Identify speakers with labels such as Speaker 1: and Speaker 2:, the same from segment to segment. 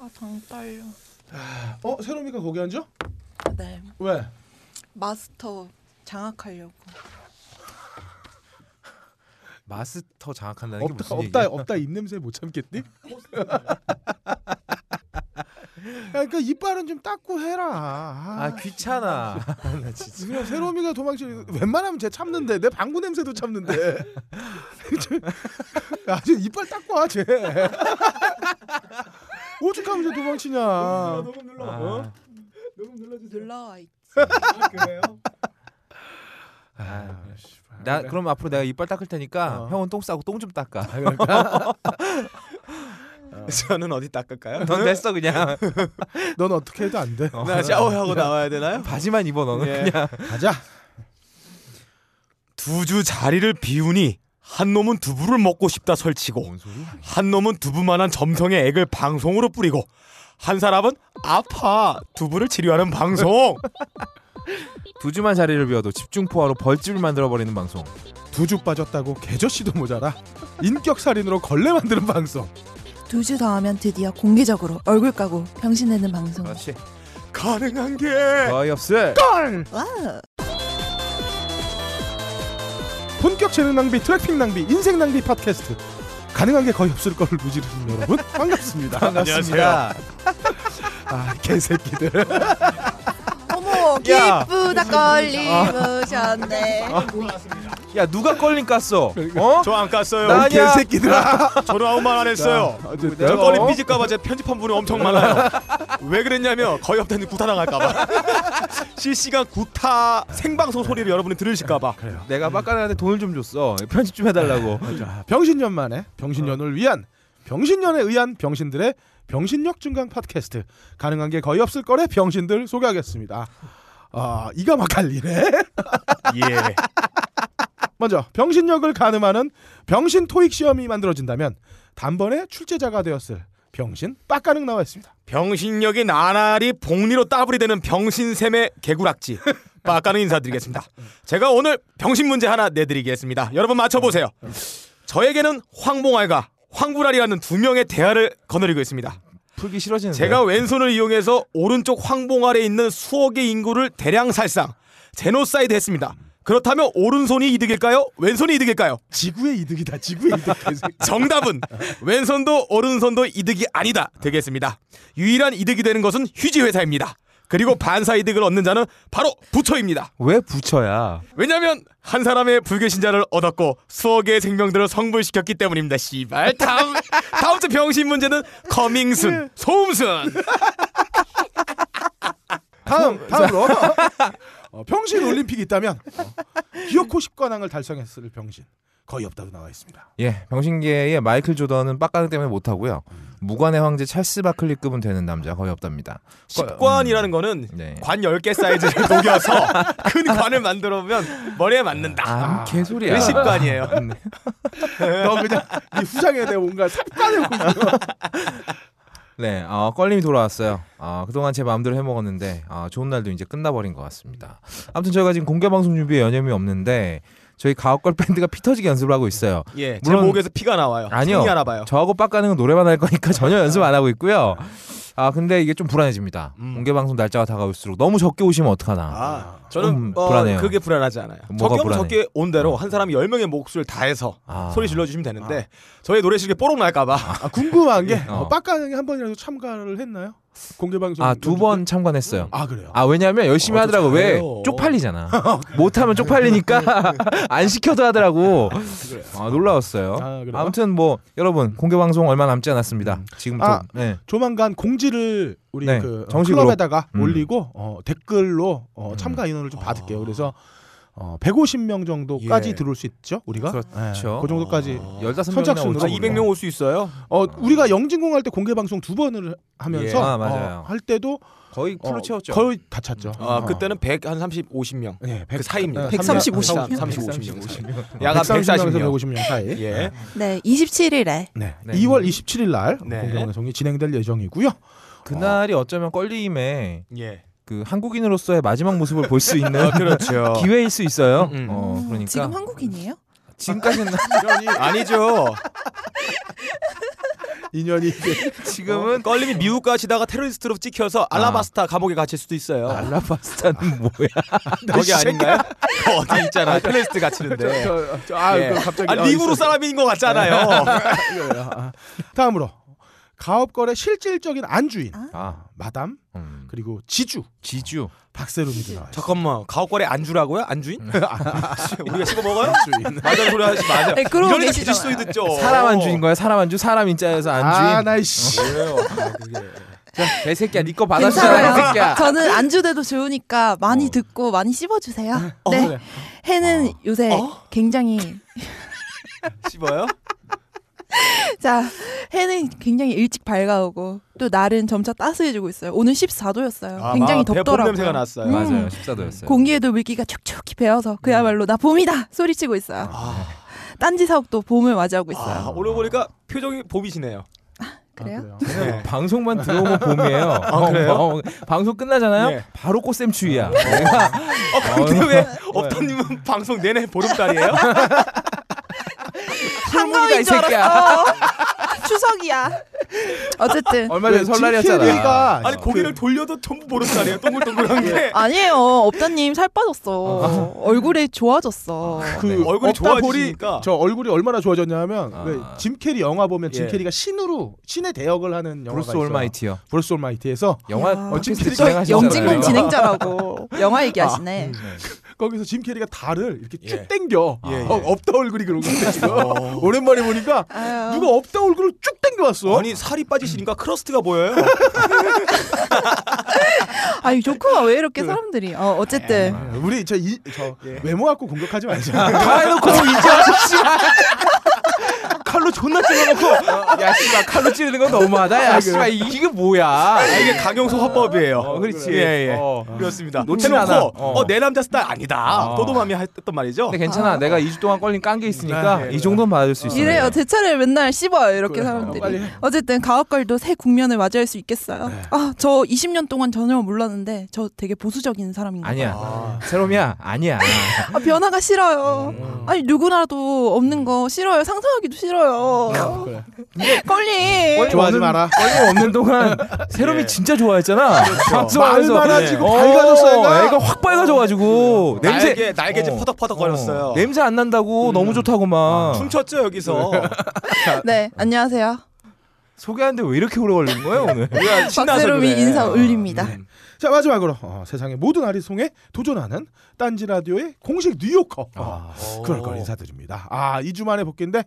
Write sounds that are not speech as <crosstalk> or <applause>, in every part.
Speaker 1: 아당 떨려.
Speaker 2: 어 새롬이가 거기 앉아?
Speaker 1: 네
Speaker 2: 왜?
Speaker 3: 아,
Speaker 1: 마스터 장악하려고.
Speaker 3: 마스터 장악한다는 게
Speaker 2: 없다
Speaker 3: 무슨
Speaker 2: 없다
Speaker 3: 얘기야?
Speaker 2: 없다 입 냄새 못
Speaker 3: <laughs>
Speaker 2: 참겠니?
Speaker 3: 아,
Speaker 2: 그러니까 이빨은 좀 닦고 해라. 아,
Speaker 3: 아 귀찮아. <laughs> 나 진짜.
Speaker 2: 그냥 새롬이가 도망치는 거- 웬만하면 쟤 참는데 내 방구 냄새도 참는데 <laughs> 아쟤 이빨 닦고 와쟤 <laughs> 오죽하면 쟤 도망치냐
Speaker 4: 녹음 눌러.
Speaker 3: 아,
Speaker 4: 녹음 눌러주세요.
Speaker 1: 놀러와 있.
Speaker 4: 아, 그래요?
Speaker 3: 아,
Speaker 2: 아유, 씨발.
Speaker 3: 나
Speaker 2: 그래.
Speaker 3: 그럼 앞으로 내가 이빨 닦을 테니까
Speaker 2: 어.
Speaker 3: 형은 똥 싸고 똥 좀 닦아.
Speaker 4: 저는 어디 닦을까요?
Speaker 3: <laughs> 넌 됐어 그냥.
Speaker 2: 넌 어떻게 해도 안돼
Speaker 4: 나 샤워하고 나와야 되나요?
Speaker 3: 바지만 입어 너는
Speaker 4: 예.
Speaker 3: 그냥.
Speaker 2: 가자
Speaker 4: 두 주 자리를 비우니 한 놈은 두부를 먹고 싶다 설치고
Speaker 3: 뭔 소리야?
Speaker 4: 한 놈은 두부만한 점성의 액을 방송으로 뿌리고 한 사람은 아파 두부를 치료하는 방송
Speaker 3: 두 주만 자리를 비워도 집중포화로 벌집을 만들어 버리는 방송.
Speaker 2: 두 주 빠졌다고 개저씨도 모자라 인격살인으로 걸레 만드는 방송
Speaker 1: 두 주 더 하면 드디어 공개적으로 얼굴 까고 병신 내는 방송.
Speaker 3: 그렇지.
Speaker 4: <laughs> 가능한 게
Speaker 3: 거의 없을.
Speaker 1: 와.
Speaker 2: 본격 재능 낭비 트래핑 낭비 인생 낭비 팟캐스트 가능한 게 거의 없을 걸 무지르신 <laughs> 여러분 반갑습니다
Speaker 4: 안녕하세요.
Speaker 2: 아 개새끼들
Speaker 1: 어머
Speaker 3: 야. 아,
Speaker 1: 기쁘다 걸리셨네.
Speaker 3: 야 누가 걸린 깠어? 어?
Speaker 4: 저 안 깠어요
Speaker 3: 나 아니야.
Speaker 2: 개새끼들아
Speaker 4: 저는 아무 말 안 했어요
Speaker 2: 아, 저-
Speaker 4: 저
Speaker 3: 내가-
Speaker 4: 걸린 삐질까봐 제 편집한 분이 엄청 <laughs> 많아요 왜 그랬냐면 거의 없다는 <laughs> 구타당할까봐 실시간 구타 생방송 소리를 여러분이 들으실까봐
Speaker 3: 내가 빡가는한테 돈을 좀 줬어. 편집 좀 해달라고.
Speaker 2: 자, 병신년만의 병신년을 위한 병신년에 의한 병신들의 병신력 증강 팟캐스트 가능한 게 거의 없을 거래 병신들 소개하겠습니다. 아 이가 막 갈리네.
Speaker 4: 예
Speaker 2: 먼저 병신력을 가늠하는 병신 토익 시험이 만들어진다면 단번에 출제자가 되었을 병신 빡가능 나와 있습니다.
Speaker 4: 병신력이 나날이 복리로 따블이 되는 병신샘의 개구락지 빡가는 인사드리겠습니다. 제가 오늘 병신 문제 하나 내드리겠습니다. 여러분 맞춰보세요. 저에게는 황봉알과 황구랄이라는 두 명의 대화를 거느리고 있습니다.
Speaker 3: 풀기 싫어지는.
Speaker 4: 제가 왼손을 이용해서 오른쪽 황봉알에 있는 수억의 인구를 대량 살상, 제노사이드 했습니다. 그렇다면 오른손이 이득일까요? 왼손이 이득일까요?
Speaker 2: 지구의 이득이다. 지구의 이득. 개새끼.
Speaker 4: <laughs> 정답은 왼손도 오른손도 이득이 아니다 되겠습니다. 유일한 이득이 되는 것은 휴지 회사입니다. 그리고 반사 이득을 얻는 자는 바로 부처입니다.
Speaker 3: 왜 부처야?
Speaker 4: 왜냐하면 한 사람의 불교 신자를 얻었고 수억의 생명들을 성불시켰기 때문입니다. 씨발 다음 다음 주
Speaker 2: <laughs>
Speaker 4: 병신 문제는 커밍순 소음순
Speaker 2: 다음 다음으로 <laughs> 어, 병신 올림픽이 있다면 어, 기어코 10관왕을 달성했을 병신 거의 없다고 나와 있습니다.
Speaker 3: 예, 병신계의 마이클 조던은 빡가는 때문에 못 하고요. 무관의 황제 찰스 바클리급은 되는 남자 거의 없답니다.
Speaker 4: 십관이라는 거는
Speaker 3: 네.
Speaker 4: 관 10개
Speaker 3: <laughs>
Speaker 4: 사이즈를 녹여서 큰 관을 만들어 보면 머리에 맞는다.
Speaker 3: 아, 개소리야. 네.
Speaker 4: 그
Speaker 3: <laughs>
Speaker 4: 십관이에요.
Speaker 2: 너 그냥 이 후장에 대해 뭔가 삽관을
Speaker 3: 네, 어, 껄림이 돌아왔어요. 어, 그동안 제 마음대로 해먹었는데 어, 좋은 날도 이제 끝나버린 것 같습니다. 아무튼 저희가 지금 공개 방송 준비에 여념이 없는데 저희 가옥걸 밴드가 피터지게 연습을 하고 있어요.
Speaker 4: 예, 제
Speaker 3: 물론-
Speaker 4: 목에서 피가 나와요.
Speaker 3: 아니요.
Speaker 4: 성이 하나 봐요.
Speaker 3: 저하고 빡가는 건 노래만 할 거니까 <laughs> 전혀 연습 안 하고 있고요. 아 근데 이게 좀 불안해집니다. 공개 방송 날짜가 다가올수록 너무 적게 오시면 어떡하나.
Speaker 4: 아,
Speaker 3: 음,
Speaker 4: 저는 어,
Speaker 3: 불안해요.
Speaker 4: 그게 불안하지 않아요.
Speaker 3: 뭐가
Speaker 4: 적게 오면
Speaker 3: 불안해? 어.
Speaker 4: 적게 온 대로 한 사람이 열 명의 목소리를 다 해서
Speaker 3: 아.
Speaker 4: 소리 질러 주시면 되는데 저의 노래 실게 뽀록 날까봐 <laughs>
Speaker 2: 아, 궁금한 게
Speaker 3: 어.
Speaker 2: 어, 빡가능이 한 번이라도 참가를 했나요? 공개 방송
Speaker 3: 아 두 번 참관했어요.
Speaker 2: 아 그래요.
Speaker 3: 아 왜냐하면 열심히
Speaker 4: 어, 또
Speaker 3: 하더라고 왜
Speaker 4: 잘해요.
Speaker 2: <laughs>
Speaker 3: 쪽팔리잖아 못하면 쪽팔리니까 <laughs> 안 시켜도 하더라고
Speaker 2: 그
Speaker 3: 아 놀라웠어요
Speaker 2: 아, 그래요?
Speaker 3: 아, 무튼뭐 여러분 공개 방송 얼마 남지 않았습니다 지금부터
Speaker 2: 아.
Speaker 3: 네.
Speaker 2: 조만간 공지를 우리
Speaker 3: 네,
Speaker 2: 그
Speaker 3: 정식으로.
Speaker 2: 클럽에다가
Speaker 3: 음. 아.
Speaker 2: 올리고 어, 댓글로 어, 참가 인원을 좀 받을게요. 그래서 어, 150명 정도까지
Speaker 4: 예.
Speaker 2: 들어올 수 있죠 우리가.
Speaker 3: 그렇죠.
Speaker 2: 예, 그 정도까지.
Speaker 3: 열다섯
Speaker 2: 선착순으로.
Speaker 3: 명이나
Speaker 4: 아,
Speaker 3: 올지
Speaker 4: 200명 올 수 있어요.
Speaker 2: 어, 우리가 영진공 할 때 공개 방송 두 번을 하면서
Speaker 3: 예. 아, 맞아요.
Speaker 2: 어, 할 때도
Speaker 3: 거의
Speaker 2: 어,
Speaker 3: 풀로 채웠죠
Speaker 2: 거의 다 찼죠.
Speaker 4: 아,
Speaker 2: 어.
Speaker 4: 그때는 100, 한 30, 50명.
Speaker 2: 예, 백-
Speaker 4: 그 사이입니다.
Speaker 2: 어,
Speaker 1: 135
Speaker 2: 삼-
Speaker 4: 30, 50명.
Speaker 3: 네, 아, 150명
Speaker 2: 어.
Speaker 4: 야간
Speaker 2: 네, 130명에서
Speaker 4: 140명.
Speaker 2: 150명 사이.
Speaker 3: 아.
Speaker 4: 예.
Speaker 1: 네 27일에
Speaker 2: 네.
Speaker 3: 네.
Speaker 2: 2월 27일 날
Speaker 4: 네.
Speaker 2: 공개 방송이 진행될 예정이고요. <laughs>
Speaker 3: 그날이 어쩌면 껄림의
Speaker 4: 예.
Speaker 3: 그 한국인으로서의 마지막 모습을 볼 수
Speaker 2: 아,
Speaker 3: 있는
Speaker 4: 그렇죠.
Speaker 3: 네. <laughs>
Speaker 4: <laughs>
Speaker 3: 기회일 수 있어요
Speaker 4: 음.
Speaker 3: 어 그러니까
Speaker 1: 지금 <laughs> 한국인이에요?
Speaker 3: 지금까지는
Speaker 4: 아니죠.
Speaker 2: 인연이 이게
Speaker 3: <laughs> 지금은
Speaker 4: 껄림이 어, 미국 가시다가 테러리스트로 찍혀서 알라바스타 감옥에 갇힐 수도 있어요.
Speaker 3: 아, 알라바스타는
Speaker 2: <laughs>
Speaker 3: 뭐야?
Speaker 4: 거기 아닌가요? 어디 있잖아. 테러리스트
Speaker 3: 네. <laughs>
Speaker 4: 갇히는데.
Speaker 2: 네, 저, 저, 아,
Speaker 4: 예.
Speaker 2: 그 갑자기
Speaker 4: 아, 미국으로 사람인 것 같잖아요.
Speaker 2: 싸라. 다음으로 가업거래 실질적인 안주인
Speaker 3: 아,
Speaker 2: 마담
Speaker 3: 음.
Speaker 2: 그리고 지주
Speaker 3: 지주.
Speaker 2: 박세롬이도 나와요.
Speaker 4: <laughs> 잠깐만. 가옥거래 안주라고요? 안주인? <laughs> 우리가 씹어 먹어요?
Speaker 2: 안주인.
Speaker 4: <laughs> 맞아 소리 하지 마세요.
Speaker 1: 네, <laughs> 그러고 계시잖아요.
Speaker 4: 이러니까 지지수이 듣죠.
Speaker 3: 사람 안주인 거야? 사람 안주? 사람 인자에서
Speaker 2: 아,
Speaker 3: 안주인? 어.
Speaker 2: 나이 씨.
Speaker 4: 왜요? 아, 그게.
Speaker 3: 개새끼야, 네 거 받아주잖아, 이
Speaker 1: 괜찮아요.
Speaker 3: 새끼야.
Speaker 1: 저는 안주대도 좋으니까 많이
Speaker 3: 어.
Speaker 1: 듣고 많이 씹어주세요. 네. 해는 요새
Speaker 4: 어?
Speaker 1: 굉장히
Speaker 4: 씹어요?
Speaker 1: 자 해는 굉장히 일찍 밝아오고 또 날은 점차 따스해지고 있어요. 오늘 14도였어요. 굉장히
Speaker 4: 아, 배봄
Speaker 1: 덥더라고요.
Speaker 4: 냄새가 났어요.
Speaker 1: 음.
Speaker 3: 맞아요, 14도였어요.
Speaker 1: 공기에도 물기가 축축히 배어서 그야말로 나 봄이다 소리치고 있어요.
Speaker 4: 아,
Speaker 1: 딴지 사업도 봄을 맞이하고 있어요.
Speaker 4: 아, 오늘 보니까 표정이 봄이시네요.
Speaker 2: 아,
Speaker 1: 그래요?
Speaker 4: 네.
Speaker 3: 방송만 들어오면 봄이에요. 어,
Speaker 4: 그래요?
Speaker 3: 어, 방송 끝나잖아요.
Speaker 4: 예.
Speaker 3: 바로 꽃샘추위야. 네. 내가
Speaker 4: 어, 근데 왜 업다님은 방송 내내 보름달이에요?
Speaker 1: 한가위인
Speaker 3: <laughs> 이
Speaker 1: 줄
Speaker 3: 새끼야.
Speaker 1: 알았어. <laughs> 추석이야.
Speaker 3: <laughs>
Speaker 1: 어쨌든
Speaker 3: 얼마 전에 설날이었잖아.
Speaker 2: TV가
Speaker 4: 아니 고개를 돌려도 전부 보름달이에요. 동글동글한 게.
Speaker 1: 아니에요. 업다님 살 빠졌어. 얼굴이 좋아졌어.
Speaker 2: 그
Speaker 3: 네.
Speaker 4: 얼굴이
Speaker 2: 없다 보니
Speaker 4: 좋아지니까.
Speaker 2: 저 얼굴이 얼마나 좋아졌냐면
Speaker 3: 아.
Speaker 2: 왜짐 캐리 영화 보면 짐
Speaker 4: 예.
Speaker 2: 캐리가 신으로 신의 대역을 하는 영화가
Speaker 3: 브루스
Speaker 2: 있어요.
Speaker 3: 올마이티요.
Speaker 2: 브루스 올마이티에서
Speaker 3: 영화
Speaker 1: 야.
Speaker 3: 팟캐스트
Speaker 2: 저
Speaker 3: 진행하시잖아요. 어.
Speaker 1: 영진공 진행자라고 영화 얘기하시네.
Speaker 2: 거기서 짐 캐리가 달을 이렇게 쭉
Speaker 4: 예.
Speaker 2: 당겨
Speaker 4: 예, 예.
Speaker 2: 어, 없다 얼굴이 그런 건데 지금
Speaker 4: 어.
Speaker 2: 오랜만에 보니까
Speaker 1: 아유.
Speaker 2: 누가 없다 얼굴을 쭉 당겨왔어.
Speaker 4: 아니 살이 빠지시니까 크러스트가 보여요. <laughs>
Speaker 1: 아니 조커가 왜 이렇게 사람들이 어 어쨌든
Speaker 2: 예, 우리 저, 이, 저
Speaker 4: 예. <laughs>
Speaker 2: 외모 갖고 공격하지 말자.
Speaker 3: 다 해놓고 뭐 이제 아저씨 칼로 존나 찔러놓고 야 씨발 칼로 찌르는 건 너무하다 야 씨발 이- 이게
Speaker 4: 아,
Speaker 3: 뭐야
Speaker 4: 이게 강용석 화법이에요.
Speaker 3: 어, 그렇지.
Speaker 4: 예, 예.
Speaker 3: 어.
Speaker 4: 그렇습니다.
Speaker 3: 놓치지
Speaker 4: 해놓고
Speaker 3: 않아.
Speaker 4: 어, 네. 내 남자 스타일 아니다.
Speaker 3: 어.
Speaker 4: 도도맘이 했던 말이죠.
Speaker 3: 근데 괜찮아 내가 2주 동안 껄린 깐 게 있으니까
Speaker 2: 네, 네.
Speaker 3: 이 정도는 받아줄 수 있어
Speaker 1: 이래요 제 차를 맨날 씹어요 이렇게 그 사람들이.
Speaker 2: 빨리 해.
Speaker 1: 어쨌든 가옥걸도 새 국면을 맞이할 수 있겠어요. 아 저 20년 동안 전혀 몰랐는데 저 되게 보수적인 사람인가.
Speaker 3: 아니야
Speaker 4: 아.
Speaker 3: 새롬이야 아니야
Speaker 1: 아, 변화가 싫어요.
Speaker 2: 음.
Speaker 1: 아니 누구나도 없는 거 싫어요. 상상하기도 싫어요.
Speaker 4: 아.
Speaker 2: 그래.
Speaker 1: 걸리.
Speaker 2: 좋아하지 마라.
Speaker 3: 껄림 없는 동안 새롬이
Speaker 4: 예. 그렇죠.
Speaker 3: 진짜 좋아했잖아 박수하면서
Speaker 2: 얼마나
Speaker 4: 네.
Speaker 2: 지금 밝아졌어 애가.
Speaker 3: 애가 확 밝아져가지고 냄새
Speaker 4: 음. 날개 날개 좀
Speaker 3: 어.
Speaker 4: 퍼덕퍼덕 거렸어요. 음. 아, 어.
Speaker 3: 어. 냄새 안 난다고 너무 좋다고만 아.
Speaker 4: 춤췄죠 여기서.
Speaker 1: 네 안녕하세요.
Speaker 3: 소개하는데 왜 이렇게 오래 걸리는 거예요
Speaker 4: <laughs>
Speaker 3: 오늘
Speaker 4: 뭐야, 신나서
Speaker 1: 박세롬이
Speaker 4: 그래.
Speaker 1: 인사 올립니다.
Speaker 2: 네. 자 마지막으로 어, 세상의 모든 아리송에 도전하는 딴지 라디오의 공식 뉴요커 어,
Speaker 4: 오.
Speaker 2: 그럴 걸 인사드립니다. 아 2주 만에 복귀인데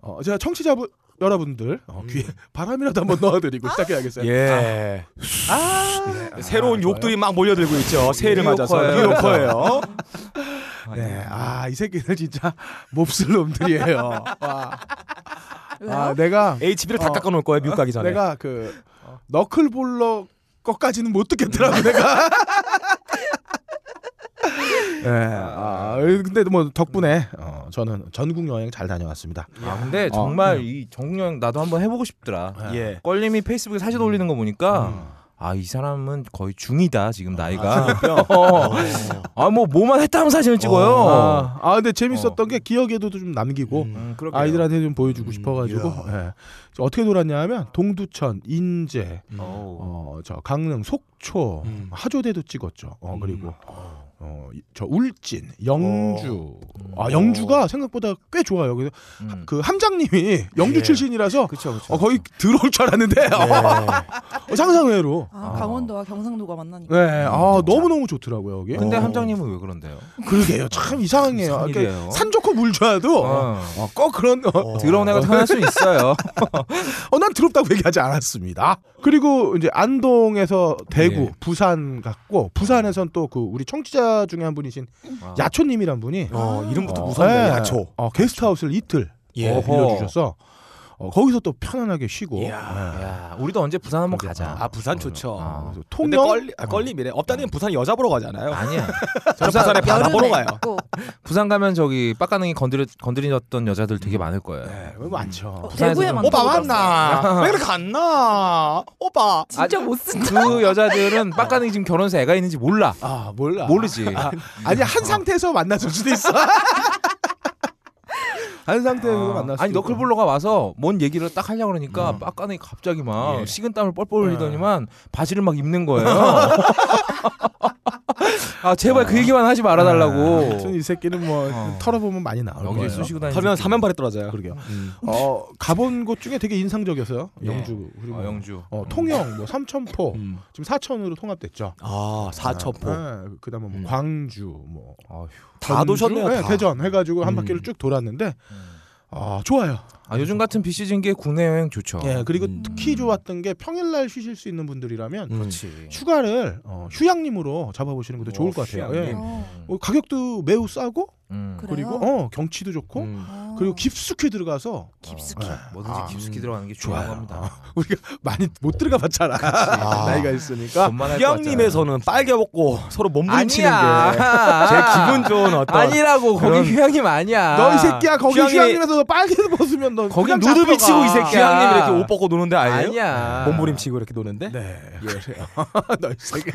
Speaker 2: 어, 제가 청취자 분 여러분들 어, 귀에 <laughs> 바람이라도 한번 넣어드리고 시작해야겠어요. 네.
Speaker 4: 예. 아, 새로운 욕들이 막 몰려들고 있죠. 새해를 맞아서
Speaker 3: 뉴요커예요.
Speaker 4: <laughs> 뉴요커예요.
Speaker 2: 네, 아이 새끼들 진짜 <laughs> 몹쓸 놈들이에요. 와.
Speaker 1: 왜요?
Speaker 2: 아 내가
Speaker 4: HB를 다
Speaker 2: 어.
Speaker 4: 깎아놓을 거예요 미국
Speaker 3: 네.
Speaker 4: 가기 전에.
Speaker 2: 내가 그 너클볼러 것까지는 못 듣겠더라고
Speaker 3: <laughs>
Speaker 2: 내가. 예, 아, 근데 뭐 덕분에 어, 저는 전국 여행 잘 다녀왔습니다.
Speaker 3: 아 근데
Speaker 4: 어.
Speaker 3: 정말
Speaker 4: 음.
Speaker 3: 이 전국 여행 나도 한번 해보고 싶더라.
Speaker 4: 예.
Speaker 3: 껄림이 페이스북에 사진 올리는 거 보니까 아 이 사람은 거의 중이다 지금 나이가. <laughs> 아 뭐 뭐만 했다 하면 사진을 찍어요.
Speaker 2: 아, 아, 근데 재밌었던 게 기억에도 좀
Speaker 4: 뭐?
Speaker 2: 남기고
Speaker 3: 어. 음, 그러게요. 음,
Speaker 2: 아이들한테 좀 보여주고 싶어가지고 예. 저 어떻게 놀았냐면 동두천, 인제,
Speaker 3: 어우.
Speaker 2: 어, 저 강릉, 속초,
Speaker 4: 음.
Speaker 2: 하조대도 찍었죠.
Speaker 3: 음.
Speaker 2: 어 그리고 어, 이- 저 울진, 영주.
Speaker 3: 어.
Speaker 2: 아 영주가 생각보다 꽤 좋아요. 그래서
Speaker 3: 음.
Speaker 2: 그 함장님이 영주
Speaker 4: 예.
Speaker 2: 출신이라서
Speaker 3: 그쵸 그쵸. 네.
Speaker 2: 어, 거의 들어올 줄 알았는데 <laughs> 어, 상상외로.
Speaker 1: 아, 강원도와 경상도가 만나니까.
Speaker 2: 네, 아 너무 너무 좋더라고요 여기.
Speaker 3: 음, 근데
Speaker 2: 어.
Speaker 3: 함장님은 왜 그런데요?
Speaker 2: 그러게요, 참 이상해요.
Speaker 3: 이상한
Speaker 2: 그러니까
Speaker 3: 일이에요.
Speaker 2: 산 좋고 물 좋아도
Speaker 3: 어.
Speaker 2: 어, 꼭 그런. 어,
Speaker 3: 더러운 애가 태어날 수 있어요.
Speaker 2: 어, 난 더럽다고 얘기하지 않았습니다. 그리고 이제 안동에서 대구,
Speaker 3: 예.
Speaker 2: 부산 갔고 부산에선 또 그 우리 청취자 중에 한 분이신
Speaker 3: 아.
Speaker 2: 야초님이란 분이
Speaker 4: 어, 이름부터
Speaker 2: 어,
Speaker 4: 무서운데
Speaker 2: 예.
Speaker 4: 야초.
Speaker 2: 어, 게스트하우스를 이틀
Speaker 4: 예.
Speaker 2: 어,
Speaker 3: 어허.
Speaker 2: 빌려주셔서 어, 거기서 또 편안하게 쉬고 예.
Speaker 4: 이야.
Speaker 3: 야, 우리도 언제 부산 한번 가자.
Speaker 4: 아 부산 좋죠.
Speaker 3: 아.
Speaker 2: 그래서
Speaker 4: 근데
Speaker 2: 통영
Speaker 4: 껄리 아, 껄림이래. 업다님 부산 여자 보러 가잖아요.
Speaker 3: 아니야.
Speaker 4: 저는 부산에 바다 보러
Speaker 1: 여름에
Speaker 4: 가요.
Speaker 1: 있고
Speaker 3: 부산 가면 저기 빡가능이 건드려 건드렸던 여자들 되게 많을 거예요.
Speaker 2: 네, 뭐 많죠.
Speaker 1: 어,
Speaker 3: 부산에서
Speaker 1: 대구에만
Speaker 3: 좀-
Speaker 4: 오빠
Speaker 1: 가고
Speaker 4: 왔나? <laughs> 왜 그래 갔나? 오빠.
Speaker 1: 진짜 못 쓴다.
Speaker 3: 그 여자들은 빡가능이 지금 결혼해서 애가 있는지 몰라.
Speaker 2: 아 몰라
Speaker 3: 모르지.
Speaker 2: 아니 한 상태에서 만났을 수도 있어. 한 상태에서
Speaker 3: 아,
Speaker 2: 만났어.
Speaker 3: 아니 너클볼러가 와서 뭔 얘기를 딱 하려고 그러니까 빡가능이 갑자기 막
Speaker 4: 예.
Speaker 3: 식은 땀을 뻘뻘 흘리더니만 바지를 막 입는 거예요. 아 제발 그 얘기만 하지
Speaker 2: 아무튼
Speaker 3: 말아달라고.
Speaker 2: 네. 이 새끼는 뭐
Speaker 3: 어.
Speaker 2: 털어보면 많이 나올 거예요. 아,
Speaker 3: 여기 쑤시고 다니는.
Speaker 4: 털면
Speaker 3: 새끼. 아,
Speaker 4: 사면발에 떨어져요.
Speaker 2: 그러게요.
Speaker 4: 음.
Speaker 2: 어 가본 곳 중에 되게 인상적이었어요.
Speaker 3: 예.
Speaker 2: 영주 그리고
Speaker 3: 아, 영주.
Speaker 2: 어, 통영, 뭐 삼천포
Speaker 4: 음.
Speaker 2: 지금 사천으로 통합됐죠.
Speaker 4: 아 사처포
Speaker 2: 네, 그다음에 뭐
Speaker 4: 음.
Speaker 2: 광주, 뭐
Speaker 3: 아휴.
Speaker 4: 다
Speaker 2: 전주,
Speaker 4: 도셨네요.
Speaker 2: 네,
Speaker 4: 다.
Speaker 2: 대전 해가지고 한
Speaker 4: 음.
Speaker 2: 바퀴를 쭉 돌았는데
Speaker 3: 음.
Speaker 2: 아 좋아요.
Speaker 3: 아 요즘 같은 비 시즌기에 국내 여행 좋죠.
Speaker 2: 예 그리고
Speaker 4: 음.
Speaker 2: 특히 좋았던 게 평일날 쉬실 수 있는 분들이라면
Speaker 4: 음.
Speaker 3: 그렇지.
Speaker 2: 휴가를 어, 휴양림으로 잡아보시는 것도 좋을 것 같아요. 예.
Speaker 1: 휴양림.
Speaker 2: 어, 가격도 매우 싸고
Speaker 3: 음.
Speaker 1: 그래.
Speaker 2: 그리고
Speaker 1: 그래요?
Speaker 2: 어 경치도 좋고
Speaker 4: 음.
Speaker 1: 어.
Speaker 2: 그리고 깊숙이 들어가서
Speaker 1: 깊숙이.
Speaker 2: 예.
Speaker 3: 뭐든지
Speaker 2: 아,
Speaker 3: 깊숙이
Speaker 4: 음.
Speaker 3: 들어가는 게 중요한
Speaker 2: 좋아요.
Speaker 3: 겁니다.
Speaker 2: 많이 못 들어가봤잖아 나이가 있으니까
Speaker 3: 돈만 그러니까 할것 같잖아.
Speaker 4: 휴양림에서는 빨개벗고 서로 몸부림치는 게 <laughs> 제
Speaker 3: 아니야.
Speaker 4: 기분 좋은 어떤
Speaker 3: 아니라고
Speaker 4: 그런-
Speaker 3: 거기 휴양림 아니야.
Speaker 2: 너 이 새끼야 거기
Speaker 4: 휴양에-
Speaker 2: 휴양림에서 너 빨개 벗으면 너 그냥
Speaker 3: 거긴 누드
Speaker 2: 잡혀가.
Speaker 3: 비치고 이 새끼야.
Speaker 4: 휴양림 이렇게 옷 벗고 노는데 아니에요?
Speaker 3: 아니야.
Speaker 4: 몸부림치고 이렇게 노는데?
Speaker 2: 네
Speaker 4: 예.
Speaker 2: 너이 새끼